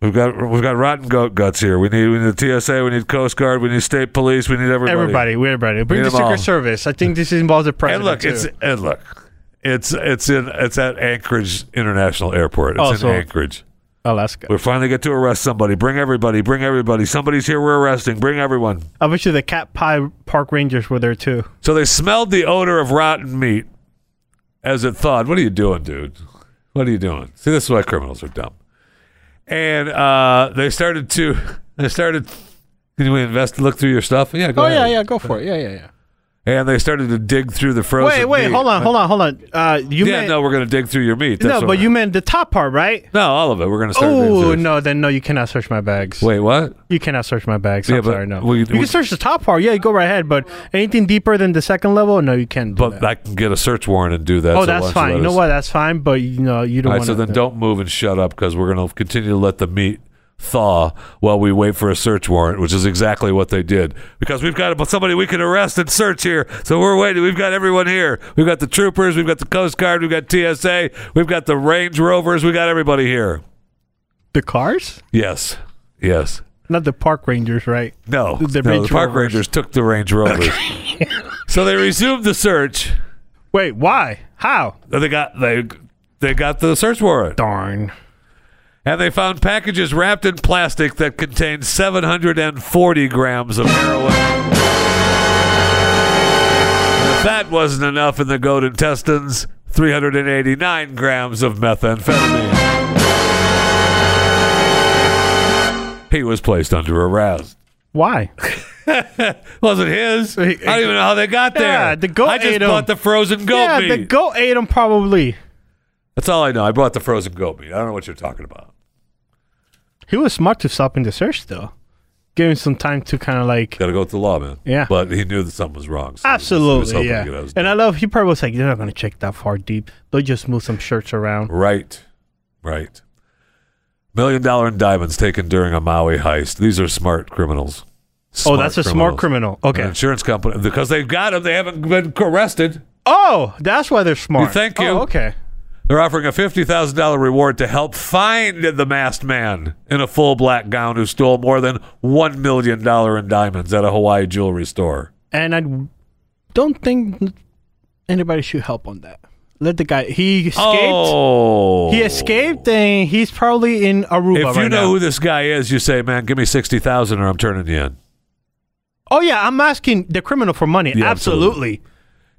Speaker 2: we've got we've got rotten goat guts here. We need we need the TSA, we need Coast Guard, we need state police, we need everybody.
Speaker 3: Everybody, we everybody. Bring
Speaker 2: Need
Speaker 3: the
Speaker 2: them
Speaker 3: Secret
Speaker 2: all.
Speaker 3: Service. I think this involves the
Speaker 2: And
Speaker 3: president.
Speaker 2: look, it's
Speaker 3: too.
Speaker 2: and look, it's it's in it's at Anchorage International Airport. It's
Speaker 3: Oh,
Speaker 2: in
Speaker 3: so-
Speaker 2: Anchorage.
Speaker 3: Alaska.
Speaker 2: We finally get to arrest somebody. Bring everybody. Bring everybody. Somebody's here. We're arresting. Bring everyone.
Speaker 3: I bet you the Cat Pie Park Rangers were there too.
Speaker 2: So they smelled the odor of rotten meat as it thawed. What are you doing, dude? What are you doing? See, this is why criminals are dumb. And uh, they started to. They started. Can we invest? Look through your stuff. Yeah. Go
Speaker 3: Oh yeah,
Speaker 2: ahead.
Speaker 3: yeah, go for it. Yeah, yeah, yeah.
Speaker 2: And they started to dig through the frozen.
Speaker 3: Wait, wait,
Speaker 2: meat.
Speaker 3: hold on, hold on, hold on. Uh, you
Speaker 2: yeah,
Speaker 3: meant
Speaker 2: no, we're gonna dig through your meat. That's
Speaker 3: no,
Speaker 2: what
Speaker 3: but
Speaker 2: we're-
Speaker 3: you meant the top part, right?
Speaker 2: No, all of it. We're gonna start. digging
Speaker 3: Oh
Speaker 2: through.
Speaker 3: no, then no, you cannot search my bags.
Speaker 2: Wait, what?
Speaker 3: you cannot search my bags.
Speaker 2: Yeah,
Speaker 3: I'm
Speaker 2: but
Speaker 3: sorry, no.
Speaker 2: we-
Speaker 3: you
Speaker 2: we-
Speaker 3: can search the top part. Yeah, you go right ahead. But anything deeper than the second level, no, you can't. do
Speaker 2: But
Speaker 3: that.
Speaker 2: I can get a search warrant and do that. so
Speaker 3: oh,
Speaker 2: why don't
Speaker 3: that's
Speaker 2: you
Speaker 3: fine.
Speaker 2: let
Speaker 3: You know
Speaker 2: us-
Speaker 3: what? That's fine. But you know, you don't
Speaker 2: All right,
Speaker 3: want
Speaker 2: so
Speaker 3: to.
Speaker 2: then don't move and shut up because we're going to continue to let the meat thaw while we wait for a search warrant, which is exactly what they did. Because we've got somebody we can arrest and search here, so we're waiting. We've got everyone here. We've got the troopers, we've got the Coast Guard, we've got TSA, we've got the Range Rovers, we got everybody here.
Speaker 3: the cars,
Speaker 2: Yes, yes.
Speaker 3: not the park rangers, right?
Speaker 2: No,
Speaker 3: The
Speaker 2: no,
Speaker 3: Range
Speaker 2: the Park
Speaker 3: Rovers.
Speaker 2: Rangers took the Range Rovers. so they resumed the search.
Speaker 3: Wait, why? How?
Speaker 2: They got they they got the search warrant.
Speaker 3: Darn.
Speaker 2: and they found packages wrapped in plastic that contained 740 grams of heroin. And if that wasn't enough in the goat intestines, 389 grams of methamphetamine. He was placed under arrest.
Speaker 3: Why?
Speaker 2: Wasn't his. I
Speaker 3: He-
Speaker 2: don't even know how they got there.
Speaker 3: Yeah, the goat
Speaker 2: I just
Speaker 3: ate 'em.
Speaker 2: bought the frozen goat
Speaker 3: yeah,
Speaker 2: meat.
Speaker 3: the goat ate them probably.
Speaker 2: That's all I know. I bought the frozen goat meat. I don't know what you're talking about.
Speaker 3: He was smart to stop in the search though, give him some time to kind of like
Speaker 2: Got to go with the law, man.
Speaker 3: Yeah.
Speaker 2: But he knew that something was wrong. so he was- he was hoping
Speaker 3: Absolutely,
Speaker 2: to
Speaker 3: yeah.
Speaker 2: get out of-
Speaker 3: And I love he probably was like, they're not gonna check that far deep. They'll just move some shirts around.
Speaker 2: Right. Right. Million dollar in diamonds taken during a Maui heist. These are smart criminals.
Speaker 3: oh, that's a smart
Speaker 2: criminals.
Speaker 3: criminal.
Speaker 2: An
Speaker 3: Okay.
Speaker 2: insurance company because they've got them. They haven't been arrested.
Speaker 3: Oh, that's why they're smart.
Speaker 2: Thank you.
Speaker 3: Oh, okay.
Speaker 2: They're offering a $50,000 reward to help find the masked man in a full black gown who stole more than $1 million in diamonds at a Hawaii jewelry store.
Speaker 3: And I don't think anybody should help on that. Let the guy. He escaped.
Speaker 2: Oh.
Speaker 3: He escaped, and he's probably in Aruba
Speaker 2: If you
Speaker 3: right
Speaker 2: know
Speaker 3: now.
Speaker 2: who this guy is, you say, man, give me 60000 or I'm turning you in.
Speaker 3: oh yeah, I'm asking the criminal for money.
Speaker 2: Yeah,
Speaker 3: absolutely.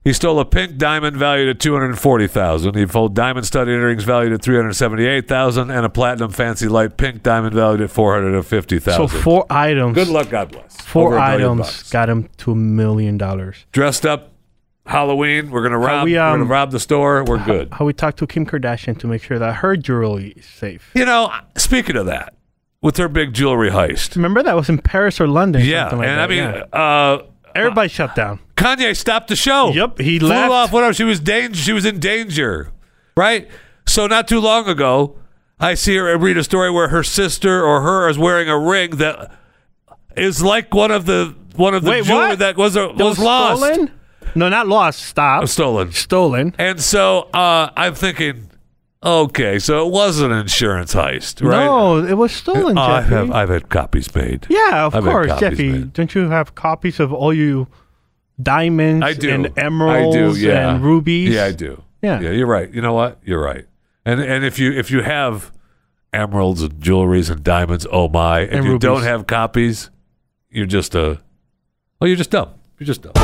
Speaker 2: He stole a pink diamond valued at two hundred forty thousand. He sold diamond stud earrings valued at three hundred seventy-eight thousand, and a platinum fancy light pink diamond valued at four hundred and fifty
Speaker 3: So
Speaker 2: thousand.
Speaker 3: four items.
Speaker 2: Good luck, God bless.
Speaker 3: Four
Speaker 2: Over a million
Speaker 3: items
Speaker 2: bucks.
Speaker 3: got him to a million dollars.
Speaker 2: Dressed up, Halloween. We're gonna rob.
Speaker 3: we,
Speaker 2: We, are
Speaker 3: um,
Speaker 2: gonna rob the store. We're good.
Speaker 3: How we talked to Kim Kardashian to make sure that her jewelry is safe.
Speaker 2: You know, speaking of that, with her big jewelry heist.
Speaker 3: Remember that was in Paris or London.
Speaker 2: Yeah,
Speaker 3: Hmm. something like
Speaker 2: and
Speaker 3: that,
Speaker 2: I mean,
Speaker 3: yeah.
Speaker 2: uh,
Speaker 3: everybody shut down.
Speaker 2: Kanye stopped the show.
Speaker 3: Yep, he
Speaker 2: flew
Speaker 3: left.
Speaker 2: off. Whatever. She was danger. She was in danger, right? So not too long ago, I see her I read a story where her sister or her is wearing a ring that is like one of the one of the
Speaker 3: Wait,
Speaker 2: jewelry
Speaker 3: what?
Speaker 2: that was uh, was lost,
Speaker 3: Stolen? No, not lost. Stop.
Speaker 2: Uh, stolen.
Speaker 3: Stolen.
Speaker 2: And so uh, I'm thinking, okay, so it was an insurance heist, right?
Speaker 3: No, it was stolen,
Speaker 2: Oh, I
Speaker 3: Jeffy.
Speaker 2: have I've had copies made.
Speaker 3: yeah, of
Speaker 2: I've had
Speaker 3: course,
Speaker 2: copies
Speaker 3: Jeffy.
Speaker 2: made.
Speaker 3: Don't you have copies of all you diamonds
Speaker 2: I do.
Speaker 3: and emeralds
Speaker 2: I do, yeah.
Speaker 3: and rubies?
Speaker 2: Yeah, I do.
Speaker 3: Yeah.
Speaker 2: yeah, you're right. You know what? You're right. And and if you if you have emeralds and jewelries and diamonds, oh my! If
Speaker 3: And
Speaker 2: you
Speaker 3: rubies.
Speaker 2: don't have copies, you're just a well, you're just dumb. You're just dumb.